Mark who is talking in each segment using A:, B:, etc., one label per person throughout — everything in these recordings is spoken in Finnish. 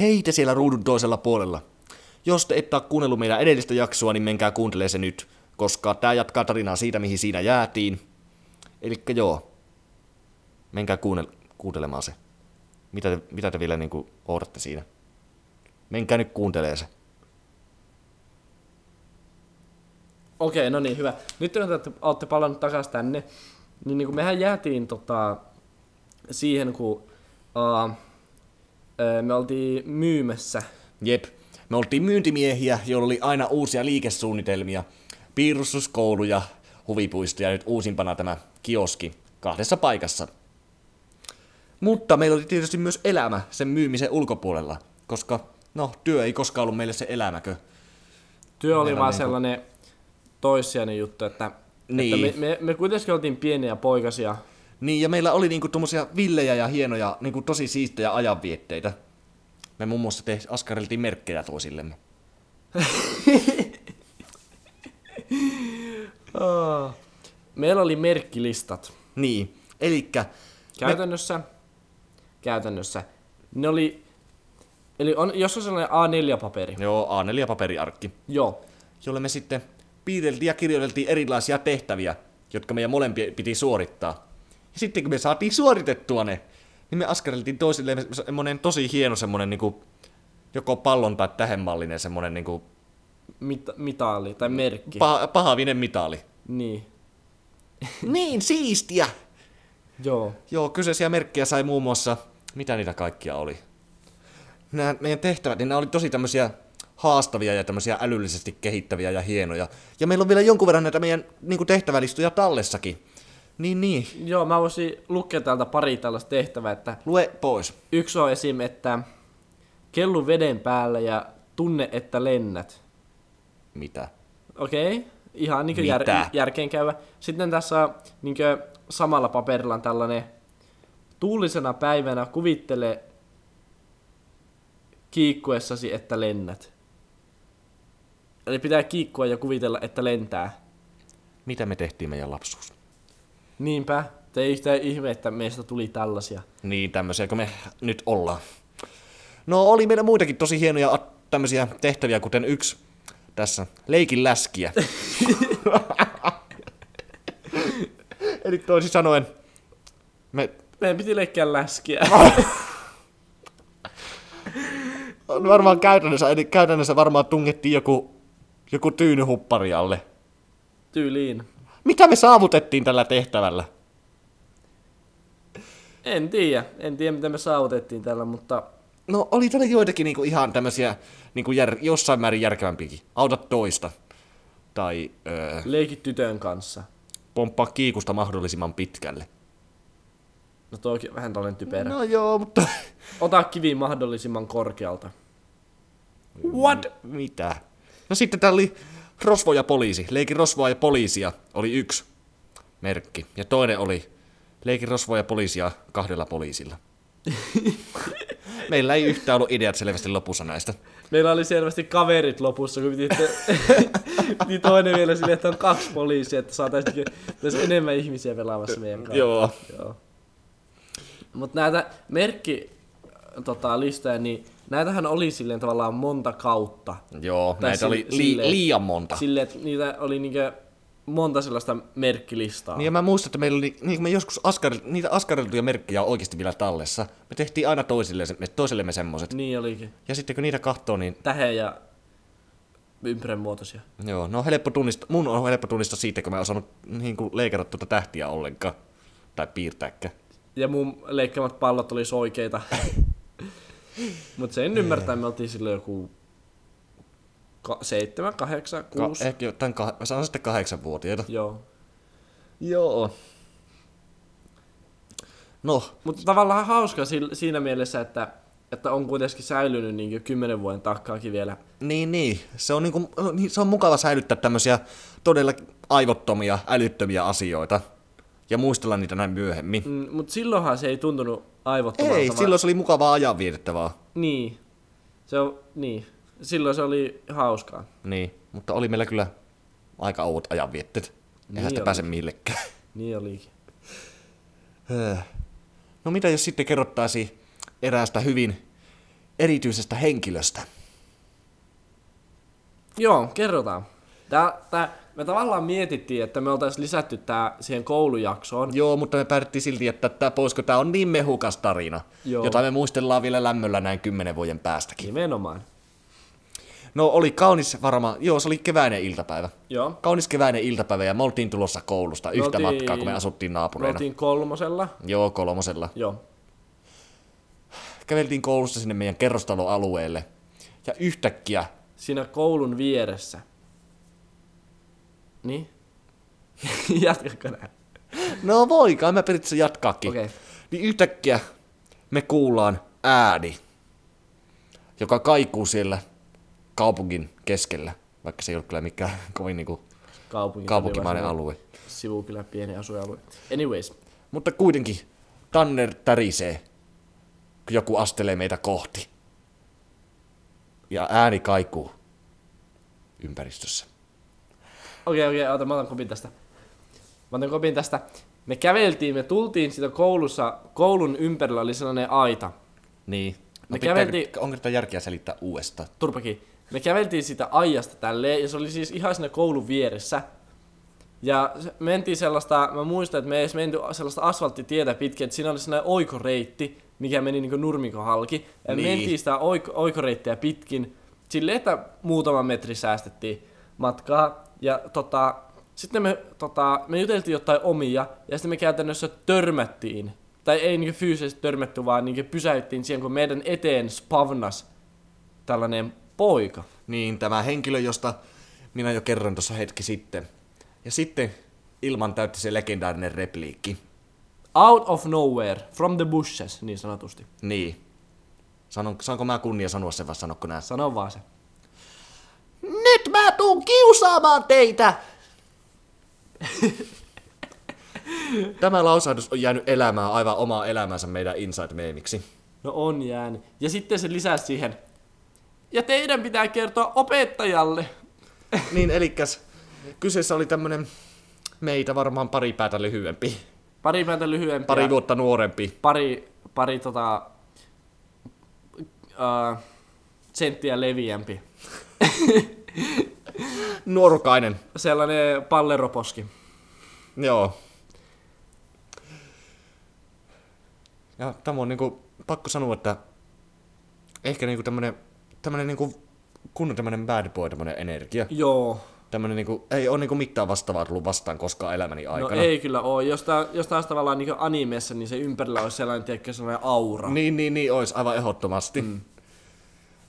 A: Hei te siellä ruudun toisella puolella. Jos te ette ole kuunnellut meidän edellistä jaksoa, niin menkää kuuntelemaan se nyt, koska tämä jatkaa tarinaa siitä, mihin siinä jäätiin. Elikkä joo, menkää kuunnel- kuuntelemaan se. Mitä te, mitä te vielä niinku odotatte siinä? Menkää nyt kuuntelee se.
B: Okei, no niin, hyvä. Nyt kun te olette- olette palannut takaisin tänne, niin, niin kuin mehän jäätiin tota, siihen, kun uh, me oltiin myymässä.
A: Jep, me oltiin myyntimiehiä, joilla oli aina uusia liikesuunnitelmia, piirustuskouluja, huvipuistoja ja nyt uusimpana tämä kioski kahdessa paikassa. Mutta meillä oli tietysti myös elämä sen myymisen ulkopuolella, koska no työ ei koskaan ollut meille se elämäkö.
B: Työ oli
A: Meillä
B: vaan
A: niinku-
B: sellainen toissijainen juttu, että,
A: Niin.
B: että me, me, me kuitenkin oltiin pieniä poikasia.
A: Niin ja meillä oli niinku tommosia villejä ja hienoja, niinku tosi siistejä ajanvietteitä. Me muun muassa te askareltiin merkkejä toisillemme.
B: Oh. Meillä oli merkkilistat.
A: Niin, elikkä
B: Käytännössä, me... käytännössä, ne oli, eli on, jos on sellainen A4-paperi,
A: joo A4 paperiarkki.
B: joo,
A: jolle me sitten piirreltiin ja kirjoiteltiin erilaisia tehtäviä, jotka meidän molempien piti suorittaa. Ja sitten kun me saatiin suoritettua ne, niin me askareltiin toisille semmonen tosi hieno semmonen niinku, joko pallon tai tähemallinen semmonen niinku,
B: mit, mitali tai merkki.
A: paha, pahavinen mitali.
B: niin,
A: niin siistiä!
B: joo.
A: Joo, kyseisiä merkkejä sai muun muassa, mitä niitä kaikkia oli? Nämä meidän tehtävät, niin nämä oli tosi tämmöisiä haastavia ja tämmöisiä älyllisesti kehittäviä ja hienoja. Ja meillä on vielä jonkun verran näitä meidän niin tehtävälistuja tallessakin. Niin niin,
B: Joo, mä voisin lukea täältä pari tällaista tehtävää, että
A: lue pois.
B: yksi on esim. että kellu veden päällä ja tunne, että lennät.
A: Mitä?
B: Okei, okay. ihan niin jär,
A: Mitä?
B: järkeen käyvä. Sitten tässä on niin samalla paperilla on tällainen tuulisena päivänä kuvittele kiikkuessasi, että lennät. Eli pitää kiikkua ja kuvitella, että lentää.
A: Mitä me tehtiin meidän lapsuus?
B: Niinpä, te ei yhtään ihme, että meistä tuli tällaisia.
A: Niin, tämmöisiä kun me nyt ollaan. No, oli meillä muitakin tosi hienoja a- tämmöisiä tehtäviä, kuten yksi tässä, leikin läskiä. Eli toisin sanoen, me
B: Meidän piti leikkiä läskiä.
A: varmaan käytännössä, eli käytännössä varmaan tungettiin joku, joku tyynyhuppari alle.
B: Tyyliin.
A: Mitä me saavutettiin tällä tehtävällä?
B: En tiedä, en tiedä mitä me saavutettiin tällä, mutta
A: No oli täällä joitakin niinku ihan tämmöisiä niinku jär, jossain määrin järkevämpiäkin. Auta toista. Tai öö,
B: leiki tytön kanssa.
A: pomppaa kiikusta mahdollisimman pitkälle.
B: No toki vähän tällainen typerä.
A: No joo, mutta...
B: Ota kivi mahdollisimman korkealta. What?
A: Mitä? No sitten täällä oli rosvo ja poliisi. Leikin rosvoa ja poliisia oli yksi merkki. Ja toinen oli leikin rosvoa ja poliisia kahdella poliisilla. Meillä ei yhtään ollut ideat selvästi lopussa näistä.
B: Meillä oli selvästi kaverit lopussa, kun piti, piti toinen vielä silleen, että on kaksi poliisia, että saataisiin tässä enemmän ihmisiä pelaamassa meidän kanssa.
A: Joo.
B: Joo. Mutta näitä merkki tota, listoja, niin näitähän oli silleen tavallaan monta kautta.
A: Joo,
B: Tai
A: näitä
B: sille-
A: oli li-
B: silleen-
A: liian monta.
B: Silleen, että niitä oli niinkö monta sellaista merkkilistaa.
A: Niin ja mä muistan, että meillä oli, niin kuin me joskus askar, niitä askareltuja merkkejä on oikeasti vielä tallessa. Me tehtiin aina toisille, toisillemme semmoset.
B: Niin olikin.
A: Ja sitten kun niitä katsoo, niin
B: Tähe ja ympyrän muotoisia.
A: joo, no helppo tunnista, mun on helppo tunnistaa siitä, kun mä en osannut niin kuin leikata tuota tähtiä ollenkaan. Tai piirtääkään.
B: Ja mun leikkaamat pallot oli soikeita. Mut sen ymmärtää, me oltiin silloin joku ka- seitsemän, kahdeksan,
A: Ka- eh.
B: kuusi.
A: ehkä jotain kah- mä sanon sitten kahdeksanvuotiaita.
B: Joo.
A: Joo. No,
B: Mutta tavallaan hauska si- siinä mielessä, että, että on kuitenkin säilynyt niin kymmenen vuoden takkaakin vielä.
A: Niin, niin. Se on, niinku, niin, se on mukava säilyttää tämmöisiä todella aivottomia, älyttömiä asioita ja muistella niitä näin myöhemmin.
B: Mm, Mutta silloinhan se ei tuntunut aivottomalta.
A: Ei,
B: vaan-
A: silloin se oli mukavaa ajanvietettävää.
B: Niin. Se on, niin. Silloin se oli hauskaa.
A: Niin, mutta oli meillä kyllä aika ouot ajanvietteet. Eihän
B: Niin
A: sitä
B: oli.
A: pääse millekään.
B: Niin olikin.
A: Öö. no mitä jos sitten kerrottaisiin eräästä hyvin erityisestä henkilöstä.
B: Joo, kerrotaan. Tää, tää, me tavallaan mietittiin, että me oltaisiin lisätty tää siihen koulujaksoon.
A: Joo, mutta me päätettiin silti jättää tämä pois, kun tämä on niin mehukas tarina,
B: Joo.
A: Joo. jota me muistellaan vielä lämmöllä näin kymmenen vuoden päästäkin.
B: Nimenomaan.
A: No oli kaunis varma, joo se oli keväinen iltapäivä.
B: Joo.
A: Kaunis keväinen iltapäivä ja me oltiin tulossa koulusta yhtä
B: oltiin-
A: matkaa, kun me asuttiin
B: Me
A: naapureina.
B: oltiin kolmosella.
A: Joo, kolmosella.
B: Joo.
A: Käveltiin koulusta sinne meidän kerrostaloalueelle. Ja yhtäkkiä,
B: Siinä koulun vieressä. Niin? Jatkako nää?
A: no voikaan, mä periaatteessa jatkaakin.
B: Okei.
A: Niin yhtäkkiä me kuullaan ääni, joka kaikuu siellä kaupungin keskellä. Vaikka se ei ole kyllä mikään kovin niinku
B: Kaupunki.
A: kaupunkimainen alue.
B: Sivukylä, pieni asuinalue. Anyways.
A: Mutta kuitenkin Tanner tärisee, kun joku astelee meitä kohti. Ja ääni kaikuu ympäristössä.
B: Okei, okei, oota, mä otan kopin tästä. Mä otan kopin tästä. Me käveltiin, me tultiin siitä koulussa, koulun ympärillä oli sellainen aita.
A: Niin. No
B: Me
A: pitää,
B: käveltiin-
A: Onko tätä järkeä selittää uudestaan?
B: Turpakin. Me käveltiin siitä ajasta tälleen, ja se oli siis ihan siinä koulun vieressä. Ja se- mentiin sellaista, mä muistan, että me ei edes menty sellaista asfalttitietä pitkin, että siinä oli sellainen oikoreitti, mikä meni niin nurmikon halki. Ja niin.
A: Niin.
B: mentiin sitä oik- oikoreittiä pitkin, silleen, että muutama metri säästettiin matkaa. Ja tota, sitten me, tota, me juteltiin jotain omia, ja sitten me käytännössä törmättiin. Tai ei niin fyysisesti törmätty, vaan niin pysäyttiin siihen, kun meidän eteen spavnas tällainen poika.
A: Niin, tämä henkilö, josta minä jo kerroin tuossa hetki sitten. Ja sitten ilman täytti se legendaarinen repliikki.
B: Out of nowhere, from the bushes, niin sanotusti.
A: Niin. Sanon, saanko mä kunnia sanoa sen vai sanokko nää?
B: Sano vaan se.
A: Nyt mä tuun kiusaamaan teitä! Tämä lausahdus on jäänyt elämään aivan omaa elämänsä meidän Inside-meemiksi.
B: No on jäänyt. Ja sitten se lisäsi siihen. Ja teidän pitää kertoa opettajalle.
A: Niin, elikäs kyseessä oli tämmönen meitä varmaan pari päätä lyhyempi,
B: Pari päätä lyhyempi.
A: pari
B: ja
A: vuotta nuorempi.
B: pari, pari tota, äh, senttiä leviämpi.
A: Nuorukainen,
B: Sellainen palleroposki.
A: joo. Ja tämä on niinku, pakko sanoa, että ehkä niinku tämmönen, tämmönen niinku kunnon tämmönen bad boy tämmönen energia.
B: Joo.
A: tämmönen niinku, ei ole niinku mitään vastaavaa tullut vastaan koskaan elämäni
B: No
A: aikana.
B: ei kyllä oo. Jos, tää, jos taas tavallaan niin animessa, niin se ympärillä olisi sellainen, tiedätkö, sellainen aura.
A: Niin, niin, niin, ois aivan ehdottomasti. Mm.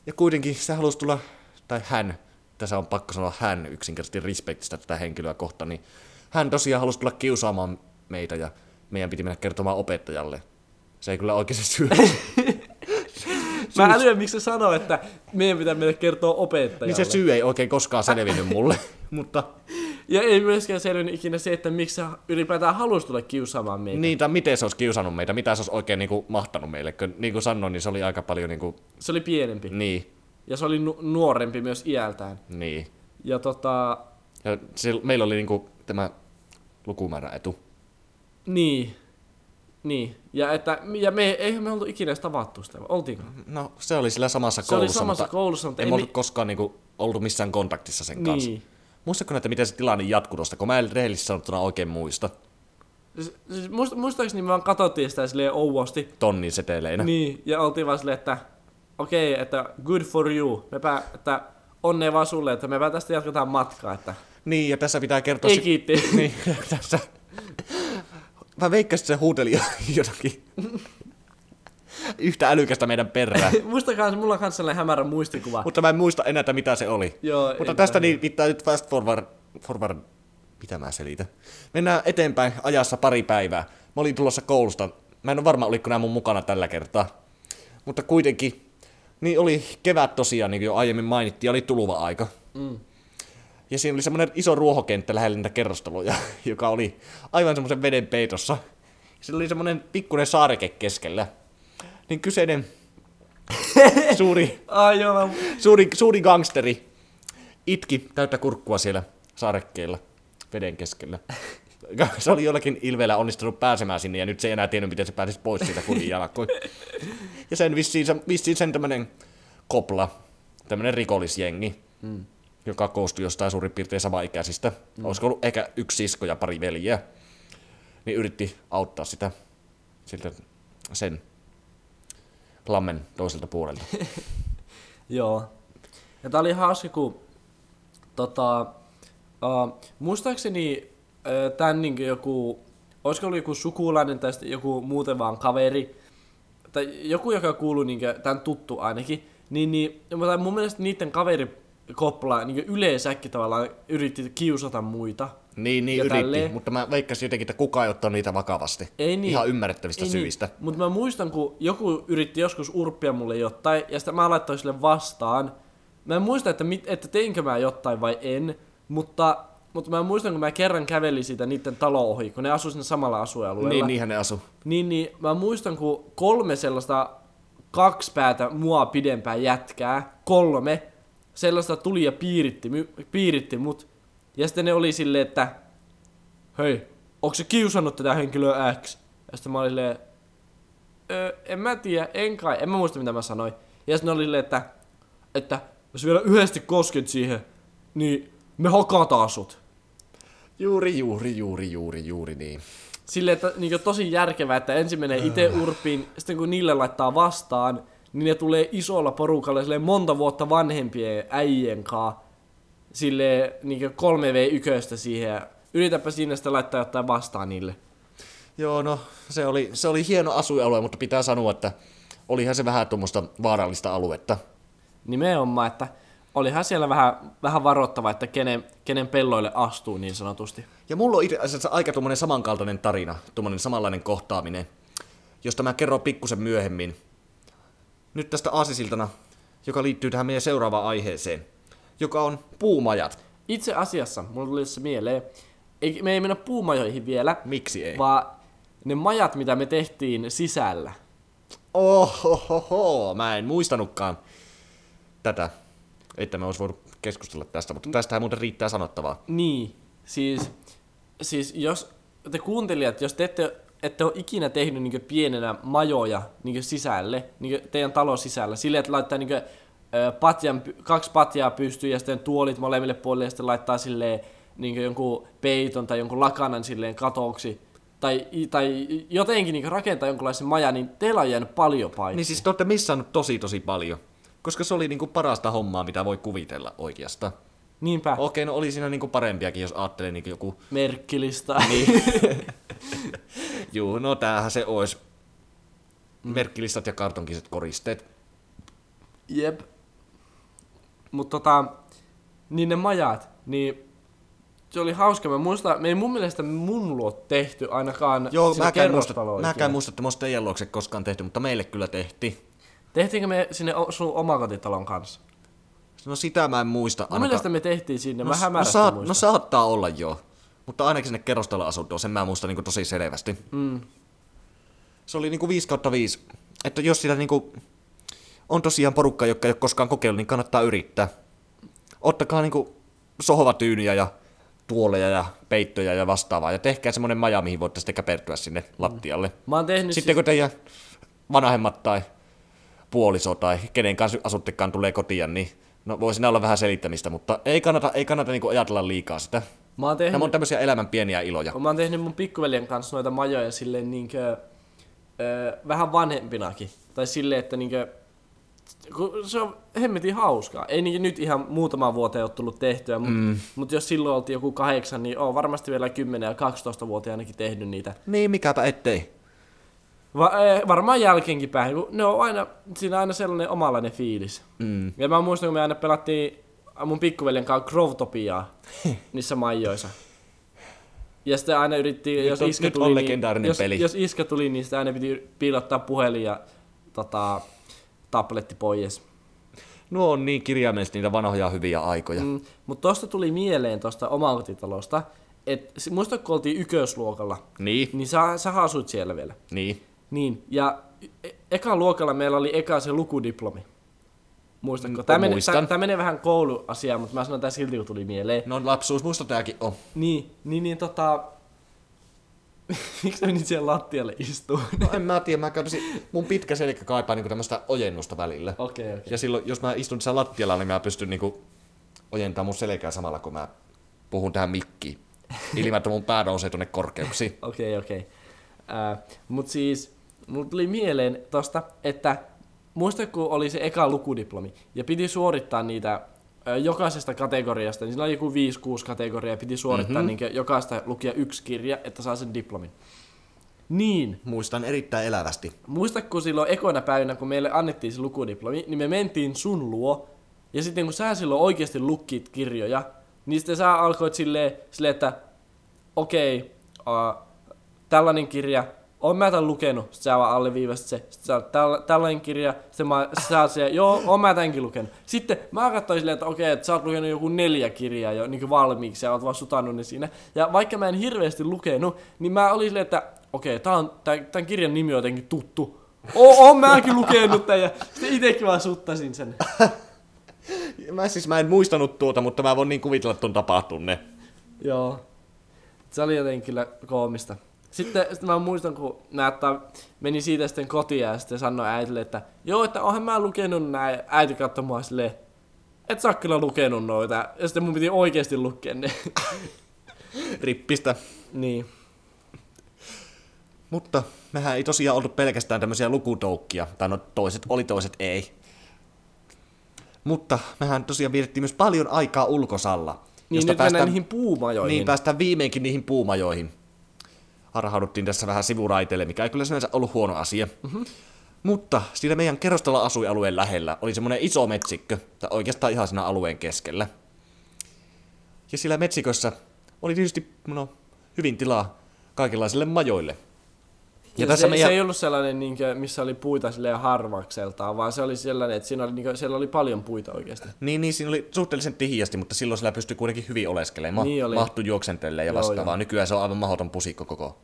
A: Ja kuitenkin se halusi tulla, tai hän, tässä on pakko sanoa hän yksinkertaisesti respektistä tätä henkilöä kohta, niin hän tosiaan halusi tulla kiusaamaan meitä ja meidän piti mennä kertomaan opettajalle. Se ei kyllä oikeasti syy.
B: Mä älyän, miksi se sanoo, että meidän pitää meille kertoa
A: niin
B: opettajalle.
A: se syy ei oikein koskaan selvinnyt mulle. Mutta
B: Ja ei myöskään selvinnyt ikinä se, että miksi sä ylipäätään halusi tulla kiusaamaan meitä.
A: niin, tai miten se olisi kiusannut meitä, mitä se olisi oikein niinku mahtanut meille. Kun, niin kuin sanoin, niin se oli aika paljon niinku,
B: Se oli pienempi.
A: niin,
B: Ja se oli nu- nuorempi myös iältään.
A: niin.
B: Ja tota,
A: Ja se, meillä oli niinku tämä lukumääräetu.
B: niin. Niin. Ja, että, ja me, eihän me oltu ikinä edes tavattu sitä. Oltiinko?
A: No se oli sillä samassa
B: Se oli
A: koulussa,
B: samassa
A: mutta
B: koulussa, mutta
A: ei
B: ei
A: me
B: mi-
A: oltu koskaan niinku oltu missään kontaktissa sen kanssa.
B: Niin.
A: Muistatko näitä, miten se tilanne jatkuu tuosta, kun mä en rehellisesti sanottuna oikein muista
B: Siis- Siis, muist, muistaakseni me vaan katsottiin sitä silleen ouvosti.
A: tonnin seteleinä. Niin.
B: Niin. Ja oltiin vaan silleen, että okei, okay, että good for you. Mepä, että onnea vaan sulle, että mepä tästä jatketaan matkaa. Että
A: niin, ja tässä pitää kertoa...
B: ei
A: si-
B: kiitti.
A: niin, tässä... Mä veikkasin, että se huuteli jo- jotakin yhtä älykästä meidän perään.
B: Muistakaa, mulla on kans sellainen hämärä muistikuva.
A: mutta mä en muista enää, että mitä se oli.
B: Joo,
A: Mutta
B: en
A: tästä
B: mä-
A: niin pitää nyt fast forward, forward, mitä mä selitän. Mennään eteenpäin ajassa pari päivää. Mä olin tulossa koulusta. Mä en ole varma, oliko nämä mun mukana tällä kertaa. Mutta kuitenkin, niin oli kevät tosiaan, niin kuin jo aiemmin mainittiin, oli tuluva aika.
B: Mm.
A: Ja siinä oli semmoinen iso ruohokenttä lähellä niitä kerrostaloja, joka oli aivan semmoisen veden peitossa. Sillä oli semmoinen pikkuinen saareke keskellä. Niin kyseinen suuri
B: Ai joo, mä
A: suuri, suuri gangsteri itki täyttä kurkkua siellä sarekkeilla veden keskellä. Se oli jollakin ilveellä onnistunut pääsemään sinne, ja nyt se ei enää tiennyt, miten se pääsisi pois siitä kuljin jalkoin. Ja sen vissiin, se- vissiin sen tämmönen kopla, tämmönen rikollisjengi, mm. joka koostui jostain suurin piirtein samaikäisistä. Mm. Olisiko ollut ehkä yksi sisko ja pari veljeä. Niin yritti auttaa sitä siltä sen lammen toiselta puolelta.
B: Joo. Ja tää oli hauska, kun tota, uh, muistaakseni uh, tän niin joku, olisiko ollut joku sukulainen tai sitten joku muuten vaan kaveri, tai joku, joka kuuluu niin tämän tuttu ainakin, niin, niin mutta mun mielestä niiden kaverikopla niin yleensäkin tavallaan yritti kiusata muita.
A: Niin, niin
B: Ja
A: yritti,
B: tälleen.
A: mutta mä veikkasin jotenkin, että kukaan ei ottanut niitä vakavasti.
B: Ei niin.
A: Ihan ymmärrettävistä ei syistä. Niin.
B: Mutta mä muistan, kun joku yritti joskus urppia mulle jotain, ja sitä mä laittoin sille vastaan. Mä en muista, että, mit, että teinkö mä jotain vai en, mutta, mutta mä muistan, kun mä kerran kävelin siitä niiden talo ohi, kun ne asui siinä samalla asuinalueella.
A: Niin, niinhän ne asu.
B: Niin, niin mä muistan, kun kolme sellaista kaksi päätä mua pidempää jätkää, kolme, sellaista tuli ja piiritti, my, piiritti mut. Ja sitten ne oli silleen, että hei, onko se kiusannut tätä henkilöä X? Ja sitten mä olin silleen, "Ö, en mä tiedä, en kai, en mä muista mitä mä sanoin. Ja sitten ne oli silleen, että, että jos vielä yhdesti kosket siihen, niin me hakataan sut.
A: Juuri, juuri, juuri, juuri, juuri niin.
B: Silleen, että niin tosi järkevää, että ensin menee itse urpiin, sitten kun niille laittaa vastaan, niin ne tulee isolla porukalla silleen monta vuotta vanhempien äijien kaa. Silleen niin 3 v yköistä siihen ja yritäpä siinä sitten laittaa jotain vastaan niille.
A: Joo, no se oli, se oli hieno asuinalue, mutta pitää sanoa, että olihan se vähän tuommoista vaarallista aluetta.
B: Nimenomaan, että olihan siellä vähän, vähän varoittava, että kenen, kenen pelloille astuu niin sanotusti.
A: Ja mulla on itse asiassa aika tuommoinen samankaltainen tarina, tuommoinen samanlainen kohtaaminen, josta mä kerron pikkusen myöhemmin. Nyt tästä aasisiltana, joka liittyy tähän meidän seuraavaan aiheeseen, joka on puumajat.
B: Itse asiassa, mulla tuli se mieleen, ei, me ei mennä puumajoihin vielä,
A: Miksi ei?
B: vaan ne majat, mitä me tehtiin sisällä.
A: Ohohoho, mä en muistanutkaan tätä, että mä olisi voinut keskustella tästä, mutta tästähän muuten riittää sanottavaa.
B: Niin, siis, siis jos te kuuntelijat, jos te ette, ette ole ikinä tehnyt niin pienenä majoja niin sisälle, niin teidän talon sisällä, silleen, että laittaa niin patjan, py- kaksi patjaa pystyyn ja sitten tuolit molemmille puolille ja sitten laittaa silleen niin jonkun peiton tai jonkun lakanan silleen katoksi, tai, tai jotenkin niin rakentaa jonkunlaisen majan, niin teillä on jäänyt paljon paikkaa.
A: Niin siis te olette missannut tosi tosi paljon, koska se oli niinku parasta hommaa, mitä voi kuvitella oikeastaan.
B: Niinpä, oh.
A: Okei, no oli siinä niinku parempiakin, jos ajattelee niinku joku,
B: merkkilista. Niin.
A: juu, no tämähän se olisi. Merkkilistat ja kartonkiset koristeet.
B: Jep. Mut tota, niin ne majat, niin se oli hauska. Mä muistan, me ei mun mielestä mun luo tehty ainakaan
A: Joo,
B: sinne
A: mäkään en muista,
B: kerrostaloon
A: mäkään en
B: ikinä.
A: muista, että muista teidän luokse koskaan tehty, mutta meille kyllä tehtiin.
B: Tehtiinkö me sinne o- sun omakotitalon kanssa? Mun
A: No sitä mä en muista
B: Anaka. mielestä me tehtiin sinne, Niin, mä
A: no,
B: hämärästi
A: saat,
B: muistan.
A: no saattaa olla joo. Mutta ainakin sinne kerrostalo asuntoon, sen mä muistan niin tosi selvästi. Mm. Se oli niin kuin 5 kautta 5. Että jos sitä niin kuin on tosiaan porukka, joka ei ole koskaan kokeillut, niin kannattaa yrittää. Ottakaa niin kuin sohvatyynyjä ja tuoleja ja peittoja ja vastaavaa. Ja tehkää semmoinen maja, mihin voitte sitten käpertyä sinne lattialle.
B: Mä oon tehnyt
A: Sitten kun teidän vanhemmat tai puoliso tai kenen kanssa asuttekaan tulee kotia, niin no voi siinä olla vähän selittämistä, mutta ei kannata, ei kannata niinku ajatella liikaa sitä.
B: siis, mä oon tehnyt...
A: Nämä on tämmöisiä elämän pieniä iloja.
B: Kun Mä oon tehnyt mun pikkuveljen kanssa noita majoja silleen niinkö, ö, vähän vanhempinakin. Tai silleen, että niinkö, kun se on hemmetin hauskaa. Ei niinkö nyt ihan muutama vuoteen ole tullut tehtyä, mutta mm. mut jos silloin oltiin joku kahdeksan, niin on varmasti vielä 10 ja 12 vuotta ainakin tehnyt niitä.
A: Niin, mikäpä ettei.
B: Va- ö, varmaan jälkeenkin päin, kun ne on aina, siinä on aina sellainen omalainen fiilis. Mm. Ja mä muistan, kun me aina pelattiin mun pikkuveljen kanssa Grovtopiaa niissä majoissa. Ja sitten aina yritti, jos
A: on-
B: iskä
A: nyt
B: tuli,
A: on
B: niin,
A: legendaarinen
B: jos,
A: peli.
B: jos iskä tuli, niin sitä aina piti piilottaa puhelin ja tota, tabletti pois.
A: Nuo on niin kirjaimellisesti niitä vanhoja hyviä aikoja. Mm.
B: Mm, mutta tosta tuli mieleen tosta omakotitalosta, että muista kun oltiin ykösluokalla,
A: Niin,
B: niin sä, sä asuit siellä vielä.
A: niin.
B: Niin, ja e- eka luokalla meillä oli eka se lukudiplomi. Muistatko? Tämä menee,
A: muistan.
B: tää, tää menee vähän kouluasiaan, mutta mä sanon tää silti, kun tuli mieleen.
A: No lapsuus, muista tääkin on.
B: Niin, niin, niin tota, Miksi menit siihen lattialle istuun?
A: No en mä tiedä, mä kaipasin, mun pitkä selkä kaipaa niinku tämmöistä ojennusta välillä.
B: Okei, okay, okei.
A: Ja silloin, jos mä istun tässä lattialla, niin mä pystyn niinku ojentamaan mun selkää samalla, kun mä puhun tähän mikkiin. Ilman, että mun pää nousee tuonne korkeuksiin.
B: Okei, okei. Äh, mut siis, mulla tuli mieleen tosta, että muista kun oli se eka lukudiplomi ja piti suorittaa niitä ö, jokaisesta kategoriasta, niin siinä oli joku 5-6 kategoriaa ja piti suorittaa mm-hmm. niin jokaista lukia yksi kirja, että saa sen diplomin. Niin,
A: Muistan erittäin elävästi.
B: muista kun silloin ekona päivänä, kun meille annettiin se lukudiplomi, niin me mentiin sun luo, ja sitten kun sä silloin oikeasti lukkit kirjoja, niin sitten sä alkoit silleen, silleen että okei, okay, uh, tällainen kirja, oon mä tämän lukenut, sit sä vaan alleviivasit se, sit sä oot tällä- tällainen kirja, sitten mä, sit sä oot siellä, joo, oon mä tämänkin lukenut. Sitten mä katsoin silleen, että okei, että sä oot lukenut joku neljä kirjaa jo niin valmiiksi, ja oot vaan sutannut ne siinä. Ja vaikka mä en hirveästi lukenut, niin mä olin silleen, että okei, tää on, tää, tämän kirjan nimi on jotenkin tuttu. O, oon mäkin lukenut tän, ja sitten itekin vaan suttasin sen.
A: Mä siis mä en muistanut tuota, mutta mä voin niin kuvitella ton tapahtunne.
B: Joo. Se oli jotenkin kyllä koomista. Sitten, sitten mä muistan, kun näyttää, meni siitä sitten kotiin ja sitten sanoi äitille, että joo, että oonhan mä lukenut näin. Äiti katsoi mua silleen, et sä oot kyllä lukenut noita. Ja sitten mun piti oikeasti lukea ne.
A: Rippistä.
B: niin.
A: Mutta mehän ei tosiaan ollut pelkästään tämmöisiä lukutoukkia, tai no toiset oli, toiset ei. Mutta mehän tosiaan vietettiin myös paljon aikaa ulkosalla.
B: Niin nyt mennään niihin puumajoihin.
A: Niin, päästään viimeinkin niihin puumajoihin. Harhauduttiin tässä vähän sivuraiteille, mikä ei kyllä sinänsä ollut huono asia.
B: Mhm.
A: Mm-hmm. Mutta siinä meidän kerrostalo asuinalueen lähellä oli semmoinen iso metsikkö, tai oikeastaan ihan siinä alueen keskellä. Ja siellä metsikössä oli tietysti no, hyvin tilaa kaikenlaisille majoille.
B: Ja se, meidän... se ei ollut sellainen, niinkö, missä oli puita silleen harvakseltaan, vaan se oli sellainen, että siinä oli, niinkö, siellä oli paljon puita oikeasti.
A: Niin, niin, siinä oli suhteellisen tihiästi, mutta silloin sillä pystyi kuitenkin hyvin oleskelemaan.
B: Niin oli.
A: Mahtui juoksentelle ja
B: Joo,
A: vastaavaa. Nykyään se on aivan mahdoton pusikko koko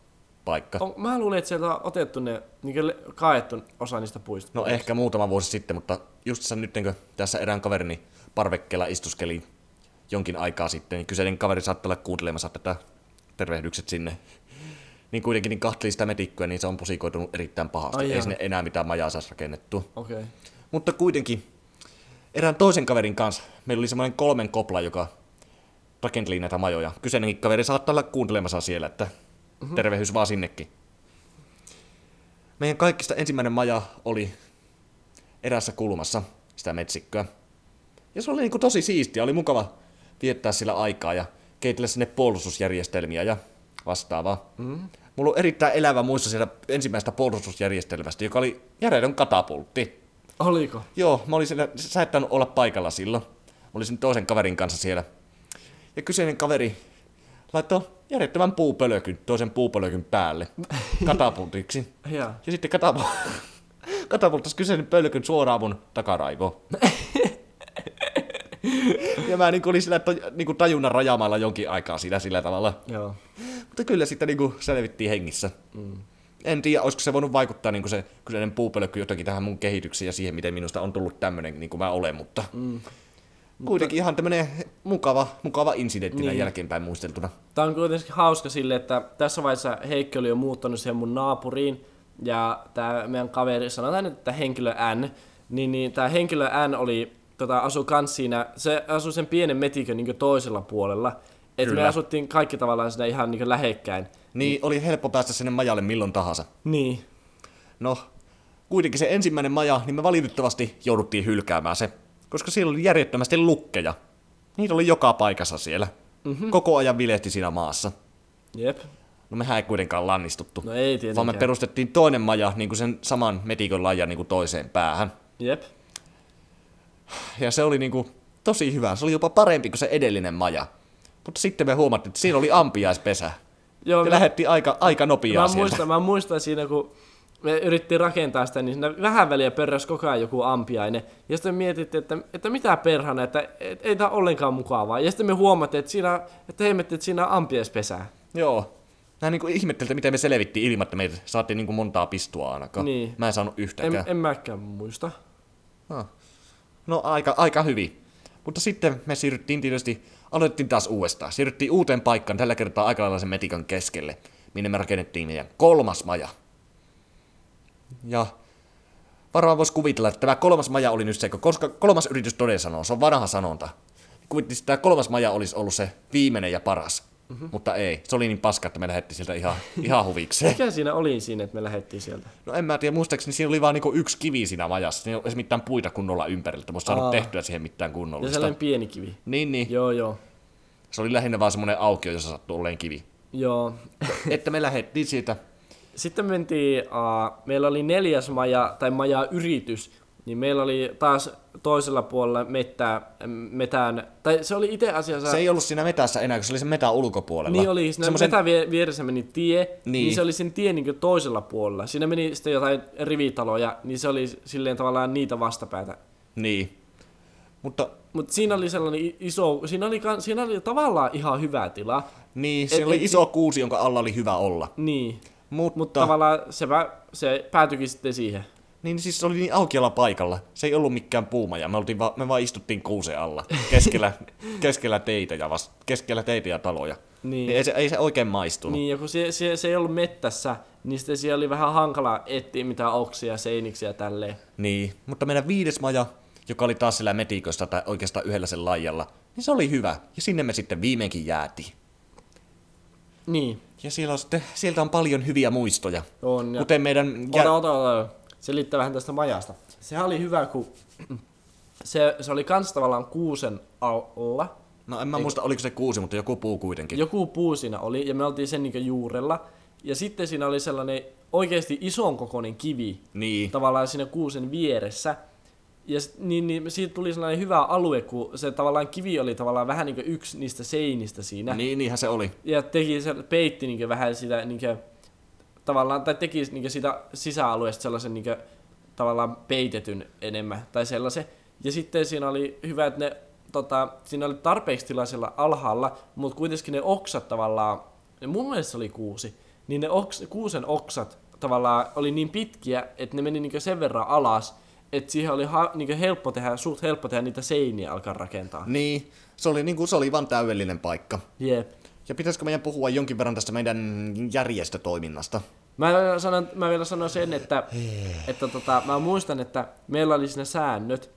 A: paikka.
B: On, mä luulin, että sieltä on otettu ne, niinkö le- kaettu osa niistä puista.
A: No ehkä muutama vuosi sitten, mutta just tässä nyt kun tässä erään kaverini parvekkeella istuskeli jonkin aikaa sitten, niin kyseinen kaveri saattaa olla kuuntelemassa tätä tervehdykset sinne. Niin kuitenkin niin kahteli sitä metikköä, niin se on pusikoitunut erittäin pahasti.
B: Ai
A: Ai Ei
B: jaa.
A: sinne enää mitään majaa saisi rakennettua.
B: Okei. Okay.
A: Mutta kuitenkin erään toisen kaverin kanssa meillä oli semmoinen kolmen kopla, joka rakenteli näitä majoja. Kyseinenkin kaveri saattaa olla kuuntelemassa siellä, että tervehdys vaan sinnekin. Meidän kaikista ensimmäinen maja oli erässä kulmassa sitä metsikköä. Ja se oli niinku tosi siistiä, oli mukava viettää sillä aikaa ja keitellä sinne puolustusjärjestelmiä ja vastaavaa. Mm. Mulla on erittäin elävä muisto siitä ensimmäisestä puolustusjärjestelmästä, joka oli järjetön katapultti.
B: Oliko?
A: Joo, mä olin siellä, sä et tainnut olla paikalla silloin. Mä olin sen toisen kaverin kanssa siellä. Ja kyseinen kaveri laittoi järjettömän puupölökyn toisen puupölökyn päälle katapultiksi.
B: Joo.
A: Ja sitten katapul- katapulttasi kyseinen pölkyn suoraan mun takaraivoon. ja mä niin olin sillä toj- niin tajunnan rajaamalla jonkin aikaa siinä sillä tavalla.
B: Joo.
A: Mutta kyllä sitten niin selvittiin hengissä. Mm. En tiedä, olisiko se voinut vaikuttaa niin se kyseinen puupölökky jotenkin tähän mun kehitykseen ja siihen, miten minusta on tullut tämmöinen niin kuin mä olen, mutta mm. kuitenkin ihan tämmöinen mukava, mukava incidentti niin. jälkeenpäin muisteltuna.
B: Tämä on kuitenkin hauska sille, että tässä vaiheessa Heikki oli jo muuttanut siihen mun naapuriin, ja tämä meidän kaveri, sanotaan nyt, että henkilö N, niin, niin tämä henkilö N oli, tota, asui kans siinä, se asui sen pienen metikön niin toisella puolella, että me
A: Kyllä.
B: asuttiin kaikki tavallaan siinä ihan niin lähekkäin.
A: Niin oli helppo päästä sinne majalle milloin tahansa.
B: Niin.
A: No, kuitenkin se ensimmäinen maja, niin me valitettavasti jouduttiin hylkäämään se, koska siellä oli järjettömästi lukkeja. Niitä oli joka paikassa siellä. Mm-hmm. Koko ajan vilehti siinä maassa.
B: Jep.
A: No mehän ei kuitenkaan lannistuttu.
B: No ei
A: Vaan me
B: tietenkään.
A: perustettiin toinen maja niin kuin sen saman metikon lajan niin kuin toiseen päähän.
B: Jep.
A: Ja se oli niin kuin, tosi hyvä. Se oli jopa parempi kuin se edellinen maja. Mutta sitten me huomattiin, että siinä oli ampiaispesä.
B: Joo,
A: Ja
B: me-
A: lähdettiin aika, aika nopeaa
B: No, Mä
A: siellä.
B: muistan, mä muistan siinä, kun me yritettiin rakentaa sitä, niin siinä vähän väliä pörräs koko ajan joku ampiainen. Ja sitten me mietittiin, että, että mitä perhana, että et, ei tää ole ollenkaan mukavaa. Ja sitten me huomattiin, että siinä, että hemmetti, että siinä on ampiaispesää.
A: Joo. Mä niin kuin ihmettelin, miten me selvittiin ilman, että meitä saatiin niin kuin montaa pistua ainakaan.
B: Niin.
A: Mä en saanut yhtäkään.
B: En, en mäkään muista.
A: Ah. No aika, aika hyvin. Mutta sitten me siirryttiin tietysti, aloitettiin taas uudestaan. Siirryttiin uuteen paikkaan, tällä kertaa aika lailla sen metikan keskelle. minne me rakennettiin meidän kolmas maja. Ja varmaan voisi kuvitella, että tämä kolmas maja oli nyt se, koska kolmas yritys toden sanoo, se on vanha sanonta. Kuvittelisi, että tämä kolmas maja olisi ollut se viimeinen ja paras. Mm-hmm. Mutta ei, se oli niin paska, että me lähdettiin sieltä ihan, ihan huvikseen.
B: Mikä siinä oli siinä, että me lähdettiin sieltä?
A: No en mä tiedä, muistaakseni siinä oli vaan niinku yksi kivi siinä majassa. Siinä ei ole mitään puita kunnolla ympärillä, että mä oon saanut
B: Aa.
A: tehtyä siihen mitään
B: Ja
A: kunnollista.
B: sellainen pieni kivi.
A: Niin, niin.
B: Joo, joo.
A: Se oli lähinnä vaan semmoinen aukio, jossa sattuu olleen kivi.
B: Joo.
A: että me lähdettiin siitä.
B: Sitten mentiin, uh, meillä oli neljäs maja, tai maja yritys, niin meillä oli taas toisella puolella mettää, metään, tai se oli itse asiassa...
A: Se ei ollut siinä metässä enää, kun se oli sen metän ulkopuolella.
B: Niin oli, siinä
A: Semmoisen-
B: Semmosen... metän vie- vieressä meni tie, niin.
A: Niin.
B: niin se oli sen tien niin toisella puolella. Siinä meni sitten jotain rivitaloja, niin se oli silleen tavallaan niitä vastapäätä.
A: Niin. Mutta
B: Mutta siinä oli sellainen i- iso, siinä oli, kan- siinä oli tavallaan ihan hyvä tila.
A: niin,
B: Et-
A: se oli
B: et-
A: iso kuusi, jonka alla oli hyvä olla.
B: Niin,
A: Mutta,
B: mutta tavallaan se, pä- se päätyikin sitten siihen.
A: niin siis se oli niin aukialla paikalla. Se ei ollut mikään puuma ja me, oltiin va- me vaan istuttiin kuusen alla keskellä, keskellä, teitä ja vast- keskellä teitä ja taloja.
B: Niin.
A: Niin. Ei, se, ei se oikein maistunut.
B: Niin, ja kun se, se, se ei ollut mettässä, niin sitten siellä oli vähän hankala etsiä mitään oksia, seiniksiä ja tälleen.
A: Niin, mutta meidän viides maja, joka oli taas sillä metikossa tai oikeastaan yhdellä sen laijalla, niin se oli hyvä. Ja sinne me sitten viimeinkin jäätiin.
B: Niin,
A: Ja siellä on sitten, sieltä on paljon hyviä muistoja.
B: on. Ja...
A: Kuten meidän...
B: Ota, ota, ota. Selittää vähän tästä majasta. Sehän oli hyvä, kun se, se oli kans tavallaan kuusen alla.
A: No en mä muista, oliko se kuusi, mutta joku puu kuitenkin.
B: Joku puu siinä oli, ja me oltiin sen niin juurella. Ja sitten siinä oli sellainen oikeasti ison kokoinen kivi,
A: Niin.
B: tavallaan siinä kuusen vieressä. Ja sit, niin, niin, siitä tuli sellainen hyvä alue, kun se tavallaan kivi oli tavallaan vähän niin yksi niistä seinistä siinä.
A: niin, niinhän se oli.
B: ja teki se, peitti niinkö vähän sitä niinkö, tavallaan, tai teki niinkö sitä sisäalueesta sellaisen niinkö, tavallaan peitetyn enemmän, tai sellaisen. Ja sitten siinä oli hyvä, että ne, tota, siinä oli tarpeeksi tilaa siellä alhaalla, mutta kuitenkin ne oksat tavallaan, ne mun mielestä se oli kuusi, niin ne oks, kuusen oksat tavallaan oli niin pitkiä, että ne meni niinkö sen verran alas, että siihen oli ha, niinkö helppo tehdä, suht helppo tehdä niitä seiniä alkaa rakentaa.
A: Niin, se oli, niin kuin, se oli vaan täydellinen paikka.
B: Jep.
A: Ja pitäisikö meidän puhua jonkin verran tästä meidän järjestötoiminnasta?
B: Mä vielä sanon, mä vielä sanon sen, että, että tota, mä muistan, että meillä oli siinä säännöt.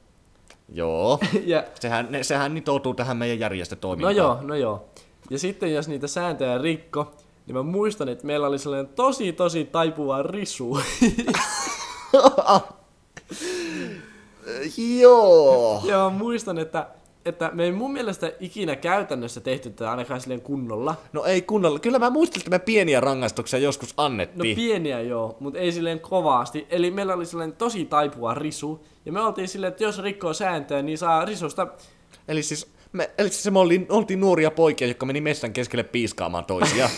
A: Joo.
B: Ja,
A: Sehän, ne, sehän nitoutuu tähän meidän
B: no
A: järjestötoimintaan.
B: joo, no joo. Ja sitten jos niitä sääntöjä rikko, niin mä muistan, että meillä oli sellainen tosi tosi taipuva risu.
A: Äh, joo.
B: ja mä muistan, että, että me ei mun mielestä ikinä käytännössä tehty tätä ainakaan silleen kunnolla.
A: No ei kunnolla. Kyllä mä muistelin, että me pieniä rangaistuksia joskus
B: No
A: annettiin.
B: pieniä joo, mutta ei silleen kovasti. Eli meillä oli sellainen tosi taipuva risu. Ja me oltiin silleen, että jos rikkoo sääntöjä, niin saa risusta
A: eli siis, me, eli siis me oltiin, oltiin nuoria poikia, jotka meni metsän keskelle piiskaamaan toisia.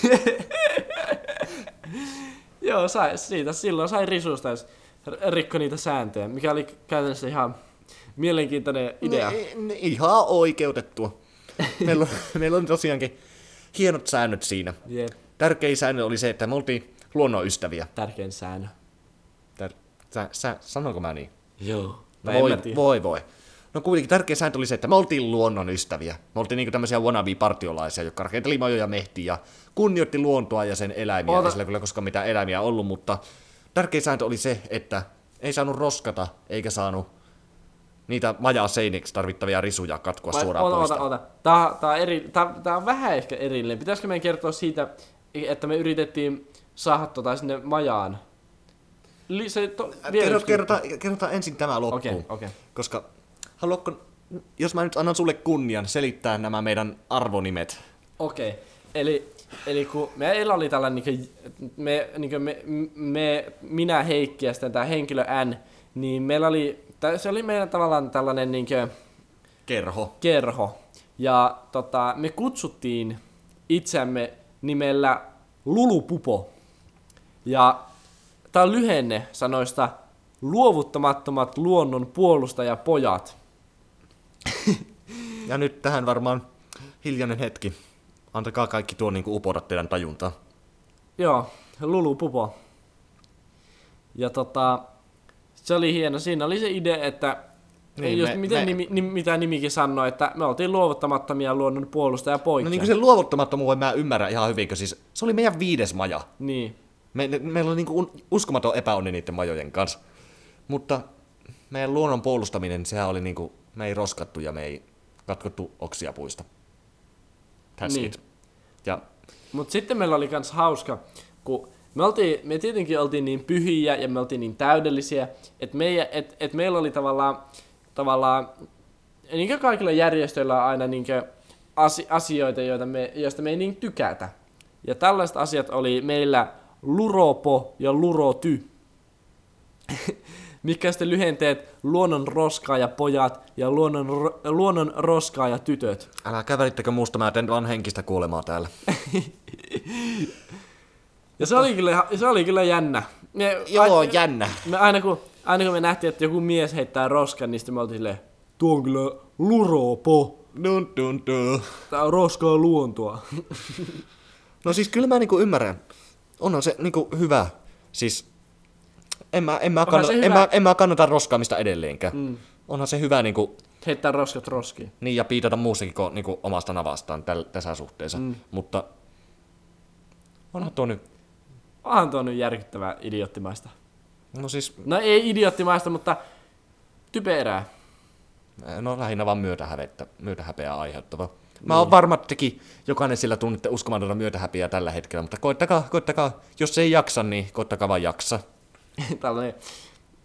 B: Joo, sai, siitä, silloin sai risusta, jos r- rikko niitä sääntöjä, mikä oli käytännössä ihan mielenkiintoinen idea.
A: Ne- ne- Niin, Ihan oikeutettua. Meillä on, meillä on tosiaankin hienot säännöt siinä.
B: Jep,
A: Tärkein säännö oli se, että me oltiin luonnonystäviä.
B: tärkein säännö.
A: Tär, sä, sä, sanonko mä niin?
B: Joo.
A: No
B: No
A: voi,
B: en mä voi.
A: voi, voi. No kuitenkin tärkeä sääntö oli se, että me oltiin luonnon ystäviä. Me oltiin niinku tämmöisiä wannabe-partiolaisia, jotka rakenteli majoja mehtiin ja kunnioitti luontoa ja sen eläimiä.
B: Oota.
A: Ei sillä kyllä koskaan mitään eläimiä ollut, mutta tärkeä sääntö oli se, että ei saanut roskata eikä saanut niitä majaa seiniksi tarvittavia risuja katkoa
B: Oota,
A: suoraan pois.
B: oota, oota. Tää, tää, on eri, tää, tää on vähän ehkä erillinen. Pitäisikö meidän kertoa siitä, että me yritettiin saada tota sinne majaan? Li, se to, vielä
A: Kerro,
B: yksi juttu.
A: kerrotaan, kerrotaan ensin tämä loppuun.
B: Okei, okei.
A: Koska haluatko, jos mä nyt annan sulle kunnian selittää nämä meidän arvonimet.
B: Okei, eli, eli kun meillä oli tällainen, niin me, niin me, me, minä Heikki ja sitten tämä henkilö N, niin meillä oli, tä- se oli meillä tavallaan tällainen niin
A: Kerho.
B: kerho. Ja tota, me kutsuttiin itsemme nimellä Lulupupo. Ja tämä on lyhenne sanoista luovuttamattomat luonnon puolustajapojat.
A: Ja nyt tähän varmaan hiljainen hetki. Antakaa kaikki tuo niin upota teidän tajuntaan.
B: Joo, Lulu Pupo. Ja tota, se oli hieno. Siinä oli se idea, että
A: Niin,
B: niin, just
A: me-
B: miten
A: me-
B: me... Nimi, nim, mitä nimikin sanoi, että me oltiin luovuttamattomia luonnon puolustaja
A: No
B: poikia.
A: niin kuin sen luovuttamattomuuden mä ymmärrän ihan hyvin, kun siis Se oli meidän viides maja.
B: Niin.
A: Me, ne, meillä oli niinku un- uskomaton epäonni niiden majojen kanssa. Mutta meidän luonnon puolustaminen, sehän oli niinku, me ei roskattu ja me ei katkottu oksia puista. That's
B: Niin.
A: niin. it. Ja
B: Mutta sitten meillä oli kans hauska, kun me, oltiin, me tietenkin oltiin niin pyhiä ja me oltiin niin täydellisiä, että meidän, et, et meillä oli tavallaan, tavallaan niin kuin kaikilla järjestöillä on aina niin kuin asi, asioita, joita me, joista me ei niin tykätä. Ja tällaiset asiat oli meillä luropo ja luroty. Mikä sitten lyhenteet luonnon roskaa ja pojat ja luonnon, ro- luonnon roskaa ja tytöt.
A: älä kävelittäkö musta, mä teen vaan henkistä kuolemaa täällä.
B: Ja se oli kyllä, se oli kyllä jännä. Me,
A: Joo, jännä.
B: Me aina, kun, aina kun me nähtiin, että joku mies heittää roskan, niin sitten me oltiin silleen, tuo on kyllä luropo.
A: Dun, dun, dun.
B: Tää on roskaa luontoa.
A: No siis kyllä mä niinku ymmärrän. Onhan se niinku hyvä. Siis en mä, en mä,
B: Onhan
A: kannata,
B: se hyvä.
A: en mä, en mä kannata roskaamista edelleenkään. Mm. Onhan se hyvä niinku,
B: heittää roskat roskiin.
A: niin ja piitata muussakin kuin niinku omasta navastaan täl, tässä suhteessa. Mm. Mutta onhan tuo nyt,
B: Onhan tuo nyt järkyttävää idioottimaista.
A: no siis,
B: No ei idioottimaista, mutta typerää.
A: no lähinnä vaan myötähävettä, myötähäpeää aiheuttava. Mä
B: Niin.
A: oon varma, että tekin jokainen sillä tunnette uskomatonta myötähäpiä tällä hetkellä, mutta koittakaa, koittakaa, jos ei jaksa, niin koittakaa vaan jaksa.
B: tällainen,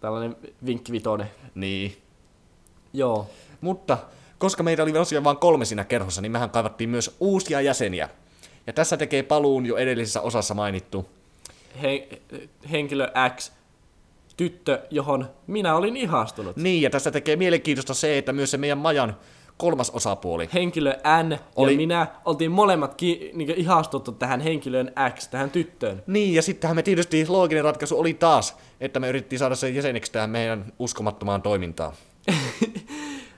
B: tällainen vinkki vitonen.
A: Niin.
B: Joo.
A: Mutta koska meitä oli tosiaan vain kolme siinä kerhossa, niin mehän kaivattiin myös uusia jäseniä. Ja tässä tekee paluun jo edellisessä osassa mainittu.
B: Hen- henkilö X, tyttö, johon minä olin ihastunut.
A: Niin, ja tässä tekee mielenkiintoista se, että myös se meidän majan kolmas osapuoli.
B: henkilö N oli.
A: Oli-
B: ja minä oltiin molemmat ki- niinku ihastuttu tähän henkilöön X, tähän tyttöön.
A: Niin, ja sittenhän me tietysti looginen ratkaisu oli taas, että me yritettiin saada sen jäseneksi tähän meidän uskomattomaan toimintaan. No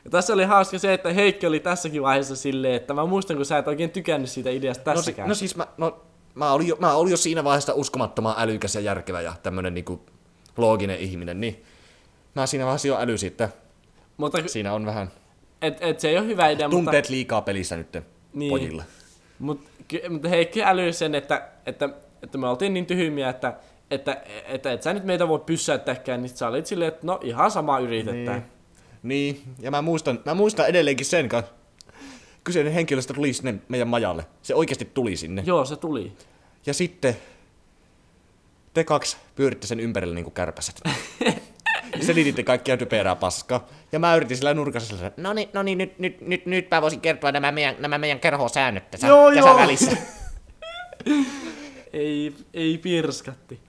B: Ja tässä oli hauska se, että Heikki oli tässäkin vaiheessa silleen, että mä muistan, kun sä et oikein tykännyt siitä ideasta
A: No, si-
B: tässäkään.
A: no siis mä, no, mä, olin jo, mä olin jo siinä vaiheessa uskomattoman älykäs ja järkevä ja tämmönen niinku looginen ihminen, niin mä siinä vaiheessa jo älysin, että
B: Mutta ky-
A: siinä on vähän
B: et, et, se ei ole hyvä idea,
A: tunteet liikaa pelissä nyt
B: Niin.
A: niin. pojilla.
B: mutta, mut, mutta Heikki älyi sen, että, että, että me oltiin niin tyhmiä, että, että, että, että et sä nyt meitä voi pyssäyttääkään, niin sä olit silleen, että no ihan sama yritetään. Niin.
A: Niin, ja mä muistan, mä muistan edelleenkin sen kanssa. Kyseinen henkilöstä tuli sinne meidän majalle. Se oikeasti tuli sinne.
B: Joo, se tuli.
A: Ja sitten te kaksi pyöritte sen ympärillä niinku kärpäset. Ja Selititte kaikkia typerää paskaa. Ja mä yritin sillä nurkassa sillä, no niin, no niin, nyt, nyt, nyt, nyt mä voisin kertoa nämä meidän, nämä meidän kerhosäännöt tässä,
B: Joo,
A: tässä
B: joo.
A: välissä.
B: Ei, ei pirskatti.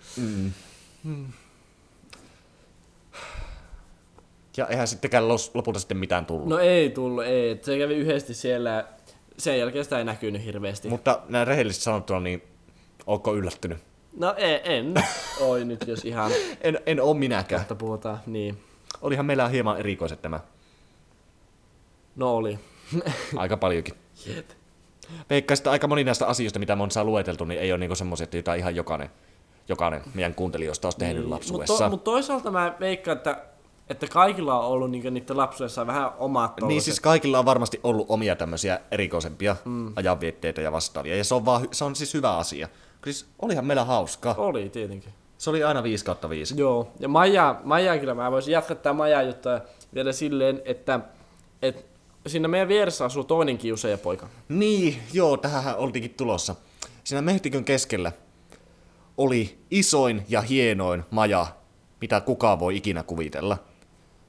A: Ja eihän sittenkään los- lopulta sitten mitään tullut.
B: No ei tullut, ei. Et Se kävi yhdesti siellä. Sen jälkeen sitä ei näkynyt hirveästi. Mut.
A: Mutta näin rehellisesti sanottuna, niin ootko yllättynyt?
B: No ei, en. Oi nyt jos ihan
A: En, en oo minäkään.
B: että puhutaan. Niin.
A: Olihan meillä hieman erikoiset tämä.
B: No oli.
A: Aika paljonkin.
B: Jep.
A: Veikkaan, että aika moni näistä asioista, mitä me on saa lueteltu, niin ei ole niinku semmoisia, että jotain ihan jokainen, jokainen meidän kuuntelijoista olisi tehnyt niin,
B: Mutta
A: lapsuudessa.
B: to, mut toisaalta mä veikkaan, että, että kaikilla on ollut niinku niiden lapsuudessa vähän omat
A: niin
B: tollaset.
A: siis kaikilla on varmasti ollut omia tämmöisiä erikoisempia mm. ajanvietteitä ja vastaavia, ja se on, vaan, hy- se on siis hyvä asia. Siis olihan meillä hauskaa.
B: Oli tietenkin.
A: Se oli aina 5 kautta 5.
B: Joo, ja Maja, Maja kyllä mä voisin jatkaa tää Maja juttua vielä silleen, että, että siinä meidän vieressä asuu toinen kiusaajapoika.
A: Niin, joo, tähän oltiinkin tulossa. Siinä Mehtikön keskellä oli isoin ja hienoin maja, mitä kukaan voi ikinä kuvitella.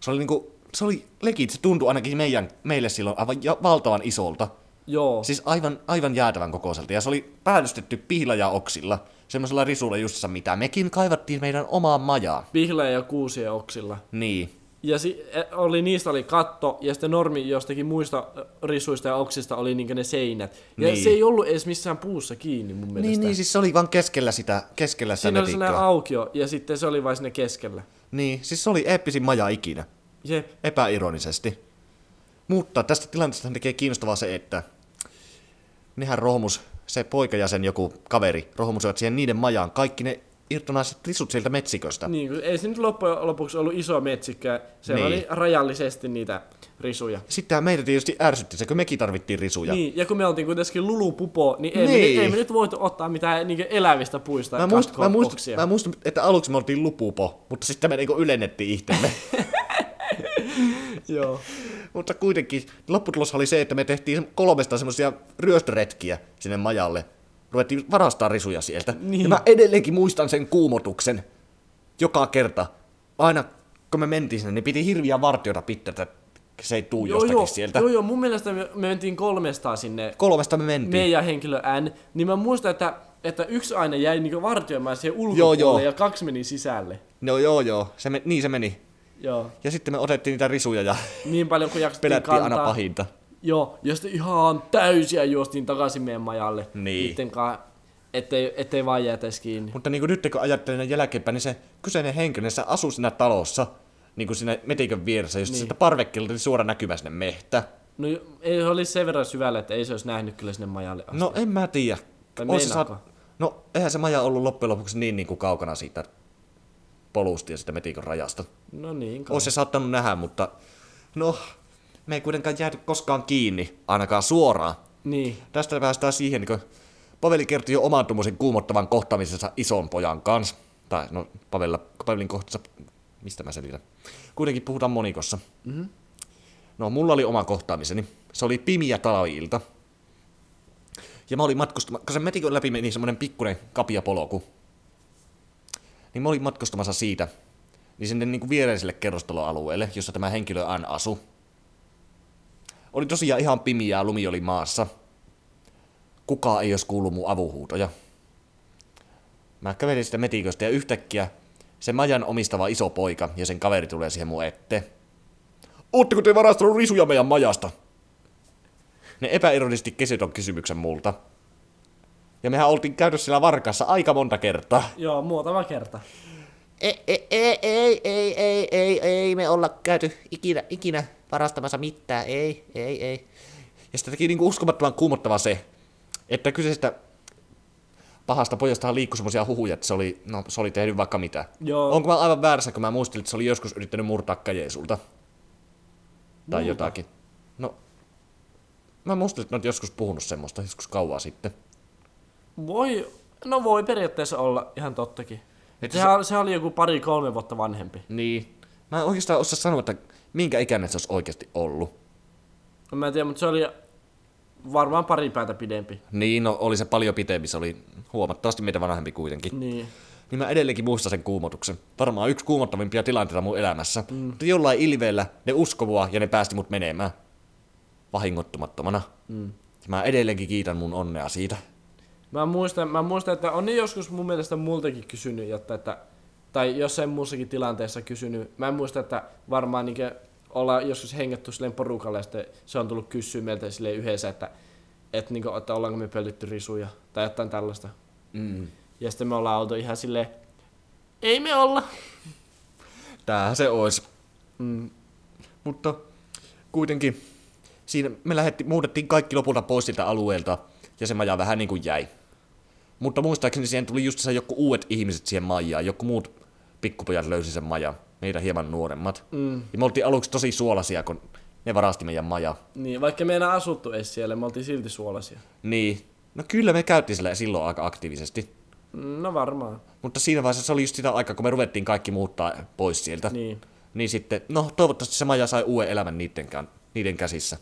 A: Se oli niinku, se oli legit, se tuntui ainakin meidän, meille silloin aivan ja, valtavan isolta.
B: Joo.
A: Siis aivan, aivan jäätävän kokoiselta. Ja se oli päällystetty pihlajaoksilla, semmoisella risulla justissa, mitä mekin kaivattiin meidän omaan majaan.
B: Pihlejä ja kuusien oksilla.
A: Niin,
B: Ja si- e- oli, niistä oli katto, ja sitten normi jostakin muista ö, risuista ja oksista oli niinkö ne seinät. Ja
A: Niin.
B: se ei ollut edes missään puussa kiinni mun mielestä.
A: niin, niin, siis se oli vaan keskellä sitä, keskellä sitä
B: Siinä oli
A: metikköä.
B: sellainen aukio, ja sitten se oli vain sinne keskellä.
A: Niin, siis se oli eeppisin maja ikinä.
B: Jep.
A: epäironisesti. Mutta tästä tilanteesta tekee kiinnostavaa se, että nehän rohmus, se poika ja sen joku kaveri, rohmusivat siihen niiden majaan kaikki ne irtonaa se risut sieltä metsiköstä.
B: Niin, kun ei se nyt loppujen lopuksi ollut iso metsikkö. Se
A: Niin.
B: niin. oli rajallisesti niitä risuja.
A: Sitten meitä tietysti ärsytti se, kun mekin tarvittiin risuja.
B: Ja. Niin, ja kun me oltiin kuitenkin lulupupo, niin ei, niin.
A: Niin.
B: Me, ei me nyt voitu ottaa mitään niin elävistä puista
A: Mä muistan,
B: katkoa
A: mä, muistan,
B: boksia.
A: mä muistan, että aluksi me oltiin lupupo, mutta sitten me niinku ylennettiin itsemme.
B: Joo.
A: mutta kuitenkin lopputulos oli se, että me tehtiin kolmesta semmoisia ryöstöretkiä sinne majalle. Ruvettiin varastaa risuja sieltä. Niin. Ja mä edelleenkin muistan sen kuumotuksen joka kerta. Aina kun me mentiin sinne, niin piti hirviä vartijoita pitää, että se ei tuu jostakin
B: joo,
A: sieltä.
B: Joo, joo, mun mielestä me, me mentiin kolmestaan sinne
A: Kolmesta me mentiin.
B: meidän henkilö N, niin mä muistan, että, että yksi aina jäi niin vartioimaan siihen
A: Joo,
B: ulkopuolelle
A: joo.
B: ja kaksi meni sisälle.
A: No joo joo, se me, niin se meni.
B: Joo.
A: Ja sitten me otettiin niitä risuja ja
B: Niin paljon kuin jaksettiin
A: pelättiin aina
B: kantaa.
A: pahinta.
B: Joo, ja sitten ihan täysiä juostiin takaisin meidän majalle.
A: Niin.
B: Niitten kanssa, ettei, ettei vaan jäätäisi kiinni.
A: Mutta niin kuin nyt kun ajattelen näin jälkeenpäin, niin se kyseinen henkilö, se asuu siinä talossa, niin kuin siinä metikön vieressä, just niin. sitä parvekkeelta oli suora näkymä sinne mehtä.
B: No ei se olisi sen verran syvällä, että ei se olisi nähnyt kyllä sinne majalle asti.
A: No en mä tiedä.
B: Tai
A: On se
B: meinaako?
A: No eihän se maja ollut loppujen lopuksi niin, niin kuin kaukana siitä polusta ja sitä metikön rajasta.
B: No niin, kai.
A: Olisi se saattanut nähdä, mutta no, me ei kuitenkaan jääty koskaan kiinni, ainakaan suoraan.
B: Niin.
A: Tästä päästään siihen, kun Paveli kertoi jo oman tuommoisen kuumottavan kohtaamisensa ison pojan kanssa. Tai no, Pavella, Pavelin kohtansa, mistä mä selitän. Kuitenkin puhutaan monikossa. Mm-hmm. No, mulla oli oma kohtaamiseni. Se oli pimiä talviilta. Ja mä olin matkustamassa, kun se metikön läpi meni semmoinen pikkuinen kapia polku. Niin mä olin matkustamassa siitä, niin sinne niin kuin viereiselle kerrostaloalueelle, jossa tämä henkilö Ann asu. Oli tosiaan ihan pimiää, lumi oli maassa kukaan ei olisi kuullut mun avuhuutoja. Mä kävelin sitä metiköstä ja yhtäkkiä se majan omistava iso poika ja sen kaveri tulee siihen mun eteen. Ootteko te varastanut risuja meidän majasta? Ne epäironisesti kesyton kysymyksen multa. Ja mehän oltiin käyty siellä varkassa aika monta kertaa.
B: Joo, muutama kerta.
A: Ei, ei, ei, ei, ei, ei, ei, ei, me olla käyty ikinä, ikinä varastamassa mitään, ei, ei, ei. Ja sitä teki niinku uskomattoman kuumottava se, että kyseisestä pahasta pojastahan liikkui semmoisia huhuja, että se oli, no, se oli tehnyt vaikka mitä.
B: Joo.
A: Onko mä aivan väärässä, kun mä muistelin, että se oli joskus yrittänyt murtaa kajesulta? Tai
B: Muuta.
A: jotakin. No, mä muistelin, että ne on joskus puhunut semmoista, joskus kauaa sitten.
B: Voi, no voi periaatteessa olla ihan tottakin.
A: Et
B: Sehän, se... sehän oli joku pari-kolme vuotta vanhempi.
A: Niin. Mä en oikeastaan osaa sanoa, että minkä ikäinen se olisi oikeasti ollut.
B: No Mä en tiedä, mutta se oli varmaan pari päätä pidempi.
A: Niin, no, oli se paljon pitempi, se oli huomattavasti meitä vanhempi kuitenkin. Mm.
B: Niin.
A: Niin mä edelleenkin muistan sen kuumotuksen. Varmaan yksi kuumottavimpia tilanteita mun elämässä. Mm. Mutta jollain ilveellä ne uskoi mua ja ne päästi mut menemään. Vahingottumattomana. Mm. Ja mä edelleenkin kiitän mun onnea siitä.
B: Mä muistan, mä muistan, että on ne joskus mun mielestä multakin kysynyt jotta, että, tai jossain muussakin tilanteessa kysynyt. Mä muistan, että varmaan niin ollaan joskus hengetty silleen porukalle ja sitten se on tullut kysyä meiltä silleen yhdessä, että, että, niin kuin, että ollaanko me pölytty risuja tai jotain tällaista.
A: Mm.
B: Ja sitten me ollaan oltu ihan silleen, ei me olla.
A: Tämähän se ois.
B: Mm.
A: Mutta kuitenkin siinä me lähetti, muutettiin kaikki lopulta pois siltä alueelta ja se maja vähän niin kuin jäi. Mutta muistaakseni siihen tuli just se joku uudet ihmiset siihen majaan, joku muut pikkupojat löysi sen majan, meitä hieman nuoremmat.
B: Mm.
A: Ja me oltiin aluksi tosi suolasia, kun ne varasti meidän maja.
B: Niin, vaikka me ei enää asuttu edes siellä, me oltiin silti suolasia.
A: Niin, no kyllä me käytiin sillä silloin aika aktiivisesti.
B: Mm, No varmaan,
A: Mutta siinä vaiheessa se oli just sitä aikaa, kun me ruvettiin kaikki muuttaa pois sieltä.
B: niin.
A: Niin sitten, no toivottavasti se maja sai uuden elämän niiden, niiden käsissä.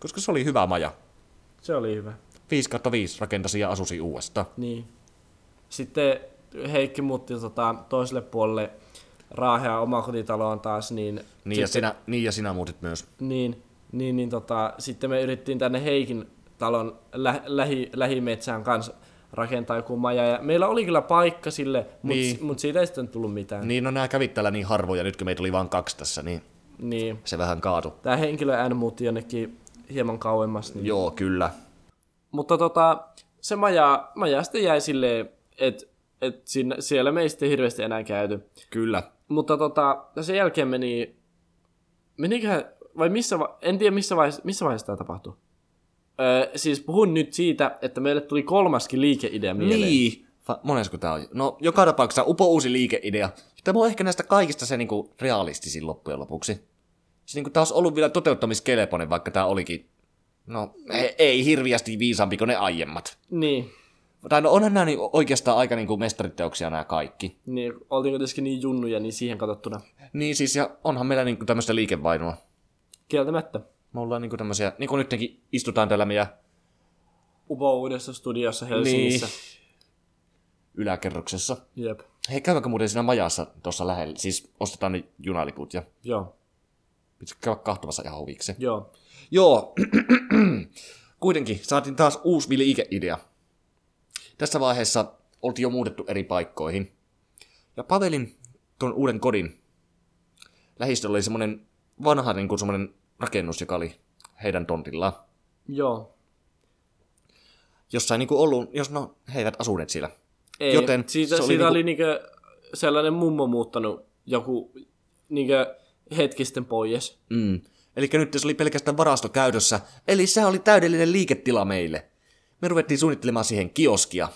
A: Koska se oli hyvä maja.
B: Se oli hyvä.
A: 5 5 rakentasi ja asusi uudestaan.
B: Niin. Sitten Heikki muutti tota, toiselle puolelle Raahea omakotitaloon taas, niin,
A: Niin ja,
B: sitten,
A: sinä, niin ja sinä muutit myös.
B: niin, niin, niin tota, sitten me yrittiin tänne Heikin talon lä- lähi- lähimetsään kanssa rakentaa joku maja. Ja meillä oli kyllä paikka sille, mutta
A: Niin.
B: niin. mut siitä ei sitten tullut mitään. Niin.
A: Niin, no nämä kävit täällä niin harvoja, nyt kun meitä oli vain kaksi tässä, niin
B: niin.
A: se vähän kaatu.
B: Tämä henkilö N muutti jonnekin hieman kauemmas. Niin.
A: Joo, kyllä.
B: Mutta tota, se maja, maja sitten jäi silleen, että et siinä- siellä me ei sitten hirveästi enää käyty.
A: Kyllä.
B: Mutta tota, sen jälkeen meni... Meniköhän... Vai missä... va- En tiedä, missä vaiheessa, missä vaiheessa tämä tapahtui. Öö, siis puhun nyt siitä, että meille tuli kolmaskin liikeidea mieleen.
A: Niin, Fa- Monesko tää on? No, joka tapauksessa upo uusi liikeidea. Tämä on ehkä näistä kaikista se niinku realistisin loppujen lopuksi. Se niinku taas ollut vielä toteuttamiskelpoinen, vaikka tää olikin... No, e- ei hirviästi viisaampi kuin ne aiemmat.
B: Niin,
A: Tai no onhan nämä niin oikeastaan aika niin kuin mestariteoksia nämä kaikki.
B: niin oltiin kuitenkin niin junnuja, niin siihen katsottuna.
A: Niin siis, ja onhan meillä niin kuin tämmöistä liikevainoa.
B: Kieltämättä.
A: Me ollaan niin kuin tämmöisiä, niin kuin nytkin istutaan täällä meidän
B: Upo uudessa studiossa Helsingissä.
A: yläkerroksessa.
B: Niin. Jep.
A: Hei, käydäänkö muuten siinä majassa tuossa lähellä? Siis ostetaan ne junaliput ja
B: Joo.
A: pitäisi käydä kahtomassa ihan huviksi.
B: Joo.
A: Joo, kuitenkin saatiin taas uusi liikeidea. Tässä vaiheessa oltiin jo muutettu eri paikkoihin. Ja Pavelin tuon uuden kodin lähistöllä oli semmoinen vanha niin kuin semmoinen rakennus, joka oli heidän tontillaan.
B: Joo.
A: Jossain niin kuin ollut, jos no, he eivät asuneet siellä.
B: Ei.
A: Joten
B: siitä,
A: se oli
B: oli, siitä
A: niinku-
B: niinku... oli niinkö sellainen mummo muuttanut joku niinkö hetkisten pois.
A: Mm. Eli nyt se oli pelkästään varasto käytössä, eli se oli täydellinen liiketila meille. Me ruvettiin suunnittelemaan siihen kioskia,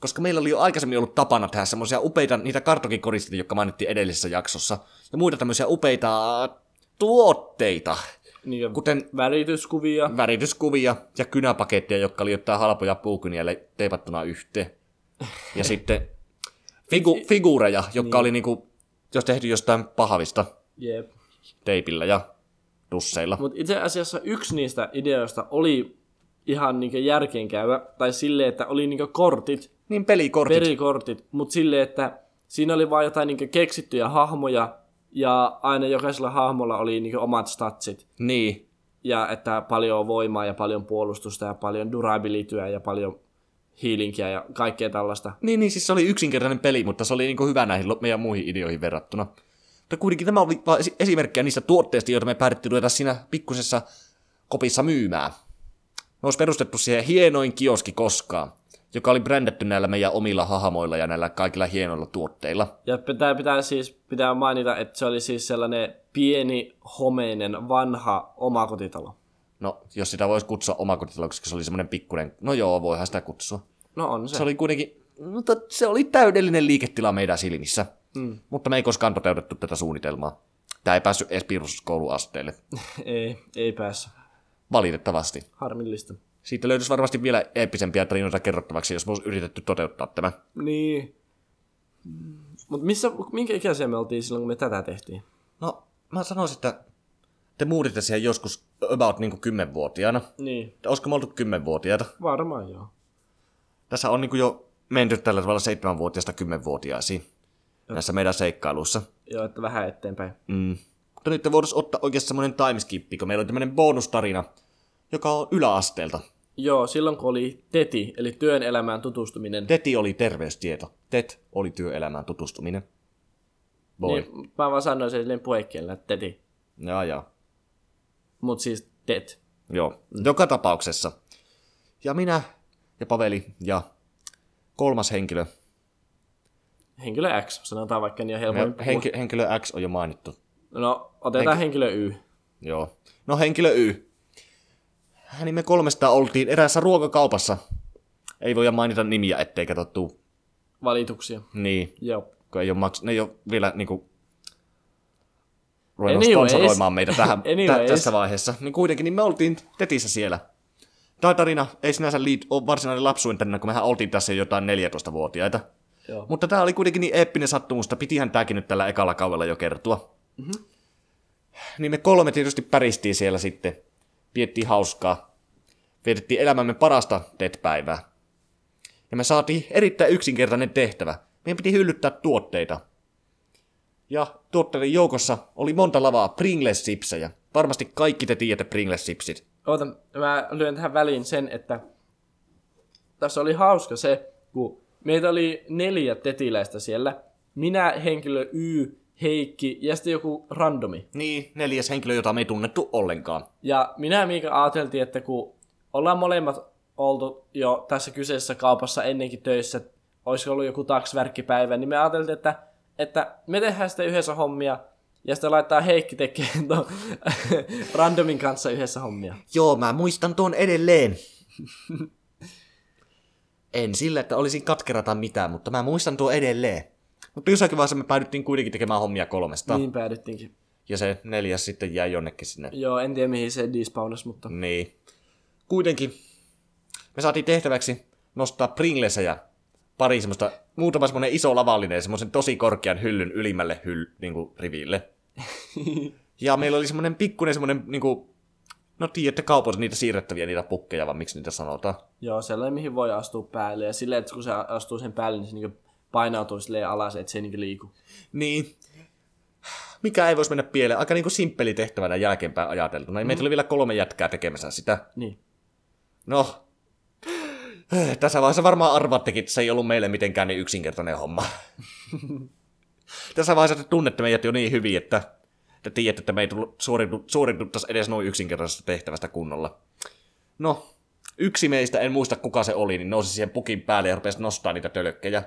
A: koska meillä oli jo aikaisemmin ollut tapana tehdä semmoisia upeita niitä kartokikoristeita, jotka mainittiin edellisessä jaksossa, ja muita tämmöisiä upeita äh, tuotteita,
B: Niinkö
A: kuten
B: värityskuvia.
A: värityskuvia ja kynäpaketteja, jotka oli jotain halpoja puukyniä teipattuna yhteen. Ja sitten figu- figuureja, jotka oli niinku, jos tehty jostain pahavista
B: Jep.
A: teipillä ja tusseilla.
B: Mutta itse asiassa yksi niistä ideoista oli ihan niinkö järkeenkäyvä, tai silleen, että oli niinkö kortit,
A: Niin pelikortit.
B: perikortit, mutta silleen, että siinä oli vaan jotain niinkö keksittyjä hahmoja, ja aina jokaisella hahmolla oli niinkö omat statsit,
A: Niin.
B: ja että paljon voimaa ja paljon puolustusta ja paljon durabilityä ja paljon hiilinkiä ja kaikkea tällaista.
A: Niin, niin, siis se oli yksinkertainen peli, mutta se oli niinku hyvä näihin lo- meidän muihin ideoihin verrattuna. Mutta kuitenkin tämä oli vain esi- esimerkkejä niistä tuotteista, joita me päätettiin ruveta siinä pikkusessa kopissa myymään. Me olisi perustettu siihen hienoin kioski koskaan, joka oli brändätty näillä meidän omilla hahmoilla ja näillä kaikilla hienoilla tuotteilla.
B: Ja pitää, pitää siis pitää mainita, että se oli siis sellainen pieni, homeinen, vanha omakotitalo.
A: No, jos sitä voisi kutsua omakotitaloksi, koska se oli semmoinen pikkuinen, no joo, voihan sitä kutsua.
B: No on se.
A: Se oli kuitenkin, mutta se oli täydellinen liiketila meidän silmissä. Mm. Mutta me ei koskaan toteutettu tätä suunnitelmaa. Tämä ei päässyt edes piiruskouluasteelle,
B: Ei, ei päässä.
A: valitettavasti.
B: Harmillista.
A: Siitä löytyisi varmasti vielä eeppisempiä tarinoita kerrottavaksi, jos me olisi yritetty toteuttaa tämä.
B: Niin. Mutta missä, minkä ikäisiä me oltiin silloin, kun me tätä tehtiin?
A: No, mä sanoisin, että te muutitte siihen joskus about niin kuin 10-vuotiaana.
B: Niin.
A: Olisiko me oltu 10-vuotiaita?
B: Varmaan joo.
A: Tässä on niin kuin jo menty tällä tavalla 7-vuotiaasta 10-vuotiaisiin näissä meidän seikkailuissa.
B: Joo, että vähän eteenpäin.
A: Mm. Mutta nyt voitaisiin ottaa oikeasti semmoinen timeskippi, kun meillä on tämmöinen bonustarina, joka on yläasteelta.
B: Joo, silloin kun oli TETI, eli työn elämään tutustuminen.
A: Teti oli terveystieto. Tet oli työelämään tutustuminen. Voi. Niin.
B: niin, mä vaan sanoin sen silleen poikkeella, että TETI.
A: Jaa, jaa.
B: Mut siis TET.
A: Joo. Joka tapauksessa. Ja minä ja Paveli ja kolmas henkilö.
B: Henkilö X, sanotaan vaikka niin on helpoin.
A: Me, henki, henkilö X on jo mainittu.
B: No, otetaan henkilö Y.
A: Joo. No henkilö Y. Niin me kolmesta oltiin eräässä ruokakaupassa. Ei voi mainita nimiä, ettei katsottu.
B: Valituksia.
A: Niin.
B: Joo.
A: kun ei ole maks- ne ei ole vielä niinku ruvennut
B: Anyways.
A: sponsoroimaan meitä tähän, tä-
B: Anyways.
A: tässä vaiheessa. Niin kuitenkin, niin me oltiin tetissä siellä. Tämä tarina ei sinänsä liit, ole varsinainen lapsuuden tarina, kun mehän oltiin tässä jo jotain 14-vuotiaita.
B: Joo.
A: Mutta tämä oli kuitenkin niin eeppinen sattumus, että pitihän tämäkin nyt tällä ekalla kaudella jo kertoa. Mm-hmm. Niin me kolme tietysti päristiin siellä sitten. Viettiin hauskaa. Vietettiin elämämme parasta TET-päivää. Ja me saatiin erittäin yksinkertainen tehtävä. Meidän piti hyllyttää tuotteita. Ja tuotteiden joukossa oli monta lavaa Pringles-sipsejä. Varmasti kaikki te tiedätte Pringles-sipsit.
B: Oota, mä lyön tähän väliin sen, että tässä oli hauska se, kun meitä oli neljä tetiläistä siellä. Minä, henkilö Y, Heikki ja sitten joku randomi.
A: Niin, neljäs henkilö, jota me ei tunnettu ollenkaan.
B: Ja minä ja Miika ajateltiin, että kun ollaan molemmat oltu jo tässä kyseisessä kaupassa ennenkin töissä, olisiko ollut joku taksverkkipäivä, niin me ajateltiin, että, että me tehdään sitten yhdessä hommia ja sitten laittaa Heikki tekemään ton randomin kanssa yhdessä hommia.
A: Joo, mä muistan tuon edelleen. En sillä, että olisin katkera tai mitään, mutta mä muistan tuo edelleen. Mutta jossakin vaiheessa me päädyttiin kuitenkin tekemään hommia kolmesta.
B: Niin päädyttiinkin.
A: Ja se neljäs sitten jäi jonnekin sinne.
B: Joo, en tiedä mihin se despawnasi, mutta...
A: Niin. Kuitenkin me saatiin tehtäväksi nostaa Pringlesejä pari semmoista, muutama semmoinen iso lavallinen, semmoisen tosi korkean hyllyn ylimmälle hyll, niin kuin riville. ja meillä oli semmoinen pikkuinen semmoinen, niin kuin, no tiedätte kaupoissa niitä siirrettäviä, niitä pukkeja, vaan miksi niitä sanotaan.
B: Joo, sellainen mihin voi astua päälle. Ja silleen, että kun se astuu sen päälle, niin se niinku painautuu silleen alas, että se ei niinku liiku.
A: Niin. Mikä ei voisi mennä pieleen. Aika niin kuin simppeli tehtävänä jälkeenpäin ajateltuna. Mm. Meitä oli vielä kolme jätkää tekemässä sitä.
B: Niin.
A: No, tässä vaiheessa varmaan arvaattekin, että se ei ollut meille mitenkään niin yksinkertainen homma. Tässä vaiheessa te tunnette meidät jo niin hyvin, että te tiedätte, että me ei tullut- suoritu, suorituttaisi edes noin yksinkertaisesta tehtävästä kunnolla. No, yksi meistä, en muista kuka se oli, niin nousi siihen pukin päälle ja rupesi nostaa niitä tölkkejä.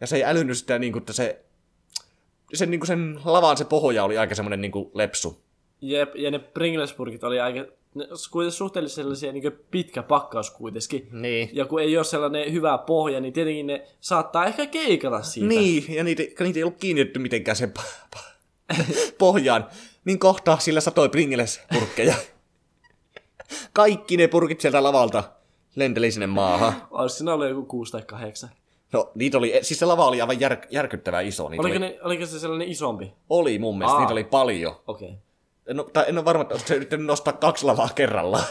A: Ja se ei älynyt sitä, niin kuin, että se, sen, niin kuin sen lavan se pohja oli aika semmoinen niin kuin lepsu.
B: Jep, ja ne Pringlesburgit oli aika ne s- kuiten suhteellisen sellaisia niin pitkä pakkaus kuitenkin.
A: Niin.
B: Ja kun ei ole sellainen hyvä pohja, niin tietenkin ne saattaa ehkä keikata siitä.
A: Niin, ja niitä, niitä ei ollut kiinnitetty mitenkään sen pa- pa- pohjaan. Niin kohta sillä satoi Pringles-purkkeja. Kaikki ne purkit sieltä lavalta lenteli sinne maahan.
B: Olisi siinä ollut joku 6 tai 8.
A: No, niitä oli, siis se lava oli aivan jär, järkyttävää iso. Niitä
B: Oliko,
A: oli,
B: ne, oliko se sellainen isompi?
A: oli mun mielestä,
B: Aa.
A: niitä oli paljon.
B: Okei. Okay.
A: En, oo- tai en ole varma, että olisiko se yrittänyt nostaa kaksi lavaa kerrallaan.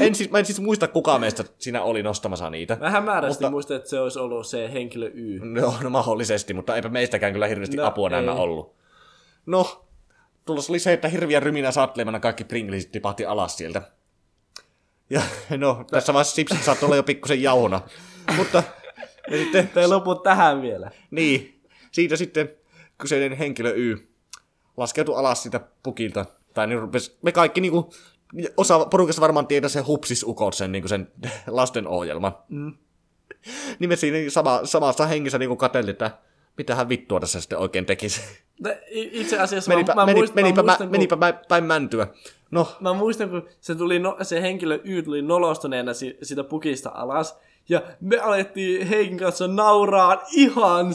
A: en siis, mä en siis muista, kuka meistä sinä oli nostamassa niitä.
B: Mä hämärästi
A: Mutta-
B: Mutta... muistan, että se olisi ollut se henkilö Y.
A: No, no mahdollisesti, mutta eipä meistäkään kyllä hirveästi no,
B: No,
A: apua näemmä
B: ei.
A: ollut. No, tulos oli se, että hirviä ryminä saattelemana kaikki Pringlesit tipahti alas sieltä. Ja no, tässä vaiheessa sipsit saattoi olla jo pikkusen jauhona. Mutta ja sitten,
B: Te lopu tähän vielä.
A: niin, siitä sitten kyseinen henkilö Y laskeutui alas siitä pukilta. Tai niin rupes, me kaikki niinku, osa porukasta varmaan tietää sen hupsisukot, sen, niinku sen lastenohjelman. Mm. Niin me siinä sama, samassa hengessä niinku katseltiin, että mitähän vittua tässä sitten oikein tekisi.
B: No, i- Itse asiassa
A: Menipä,
B: mä, mä,
A: meni,
B: muist,
A: menipä, mä
B: mä muistan, kun-
A: menipä mä, päin mäntyä. No,
B: mä muistan, kun se, tuli no, se henkilö Y tuli nolostuneena si, sitä pukista alas. Ja me alettiin Heikin kanssa nauraa ihan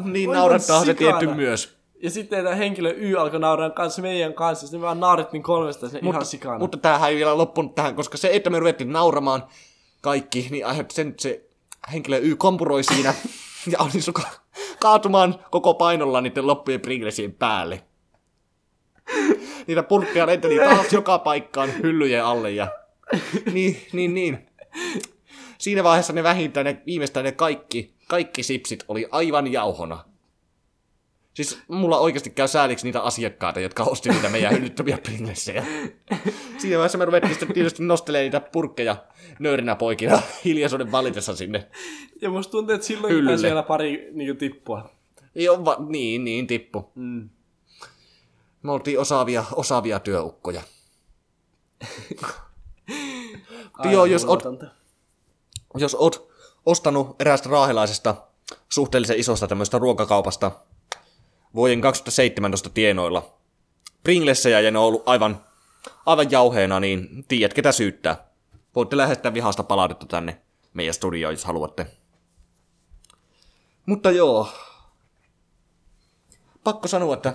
A: niin
B: Aivan
A: naurattaa se
B: sikana.
A: tietty myös.
B: Ja sitten tämä henkilö Y alkoi nauraa kanssa meidän kanssa. Sitten me vaan naurettiin kolmesta sen ihan sikana.
A: Mutta tämähän ei vielä loppunut tähän, koska se, että me ruvettiin nauramaan kaikki, niin aiheutti sen, että se henkilö Y kompuroi siinä ja onnistui ka- kaatumaan koko painolla niiden loppujen pringlesien päälle. Niitä purkkeja lenteli taas joka paikkaan hyllyjen alle ja niin, niin, niin. Siinä vaiheessa ne vähintään, ne, viimeistään ne kaikki, kaikki sipsit oli aivan jauhona. Siis mulla oikeasti käy sääliksi niitä asiakkaita, jotka osti niitä meidän hyllyttömiä pringlesejä. Siinä vaiheessa me ruvettiin sitten tietysti nostelemaan niitä purkkeja nöyrinä poikina hiljaisuuden valitessa sinne.
B: Ja musta tuntuu, että silloin
A: Hyllylle.
B: taisi vielä pari niin tippua.
A: Ei ole va- niin, niin, tippu.
B: Mm.
A: Me oltiin osaavia, osaavia työukkoja. Joo, jos oot,
B: hulvatonta.
A: jos oot ostanut eräästä raahelaisesta suhteellisen isosta tämmöistä ruokakaupasta vuoden 2017 tienoilla Pringlessejä ja ne on ollut aivan, aivan jauheena, niin tiedät ketä syyttää. Voitte lähettää vihasta palautetta tänne meidän studioon, jos haluatte. Mutta joo, pakko sanoa, että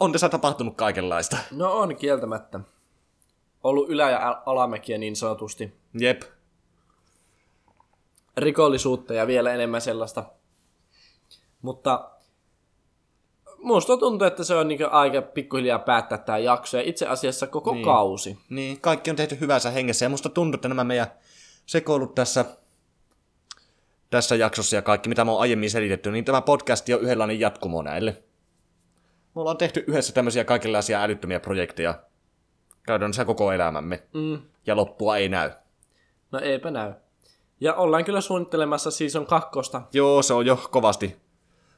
A: on tässä tapahtunut kaikenlaista.
B: No on kieltämättä. Ollut ylä- ja al- alamäkiä niin sanotusti.
A: Jep,
B: rikollisuutta ja vielä enemmän sellaista. Mutta musta tuntuu, että se on niinku aika pikkuhiljaa päättää tämä jakso ja itse asiassa koko niin. kausi.
A: Niin, kaikki on tehty hyvässä hengessä ja musta tuntuu, että nämä meidän sekoilut tässä, tässä jaksossa ja kaikki, mitä mä oon aiemmin selitetty, niin tämä podcast on yhdenlainen jatkumo näille. Me ollaan tehty yhdessä tämmöisiä kaikenlaisia älyttömiä projekteja. Käydään se koko elämämme.
B: Mm.
A: Ja loppua ei näy.
B: No eipä näy. Ja ollaan kyllä suunnittelemassa season kakkosta,
A: Joo, se on jo kovasti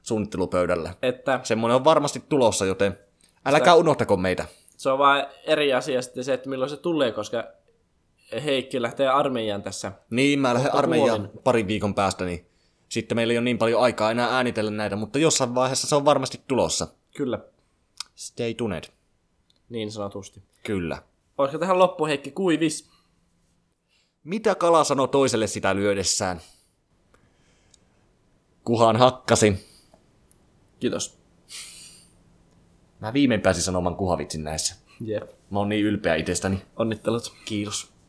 A: suunnittelupöydällä.
B: että
A: Semmoinen on varmasti tulossa, joten älkää unohtako meitä.
B: se on vain eri asia sitten se, että milloin se tulee, koska Heikki lähtee armeijaan tässä.
A: Niin, mä lähden armeijaan
B: huomenna.
A: parin viikon päästä, niin sitten meillä ei ole niin paljon aikaa enää äänitellä näitä, mutta jossain vaiheessa se on varmasti tulossa.
B: Kyllä,
A: Stay tuned.
B: niin sanotusti.
A: Kyllä.
B: Olisiko tähän loppuun Heikki kuivis?
A: Mitä kala sanoi toiselle sitä lyödessään? Kuhan hakkasin.
B: Kiitos.
A: Mä viimein pääsin sanomaan kuhavitsin näissä.
B: Jep.
A: Mä oon niin ylpeä itsestäni.
B: Onnittelut.
A: Kiitos.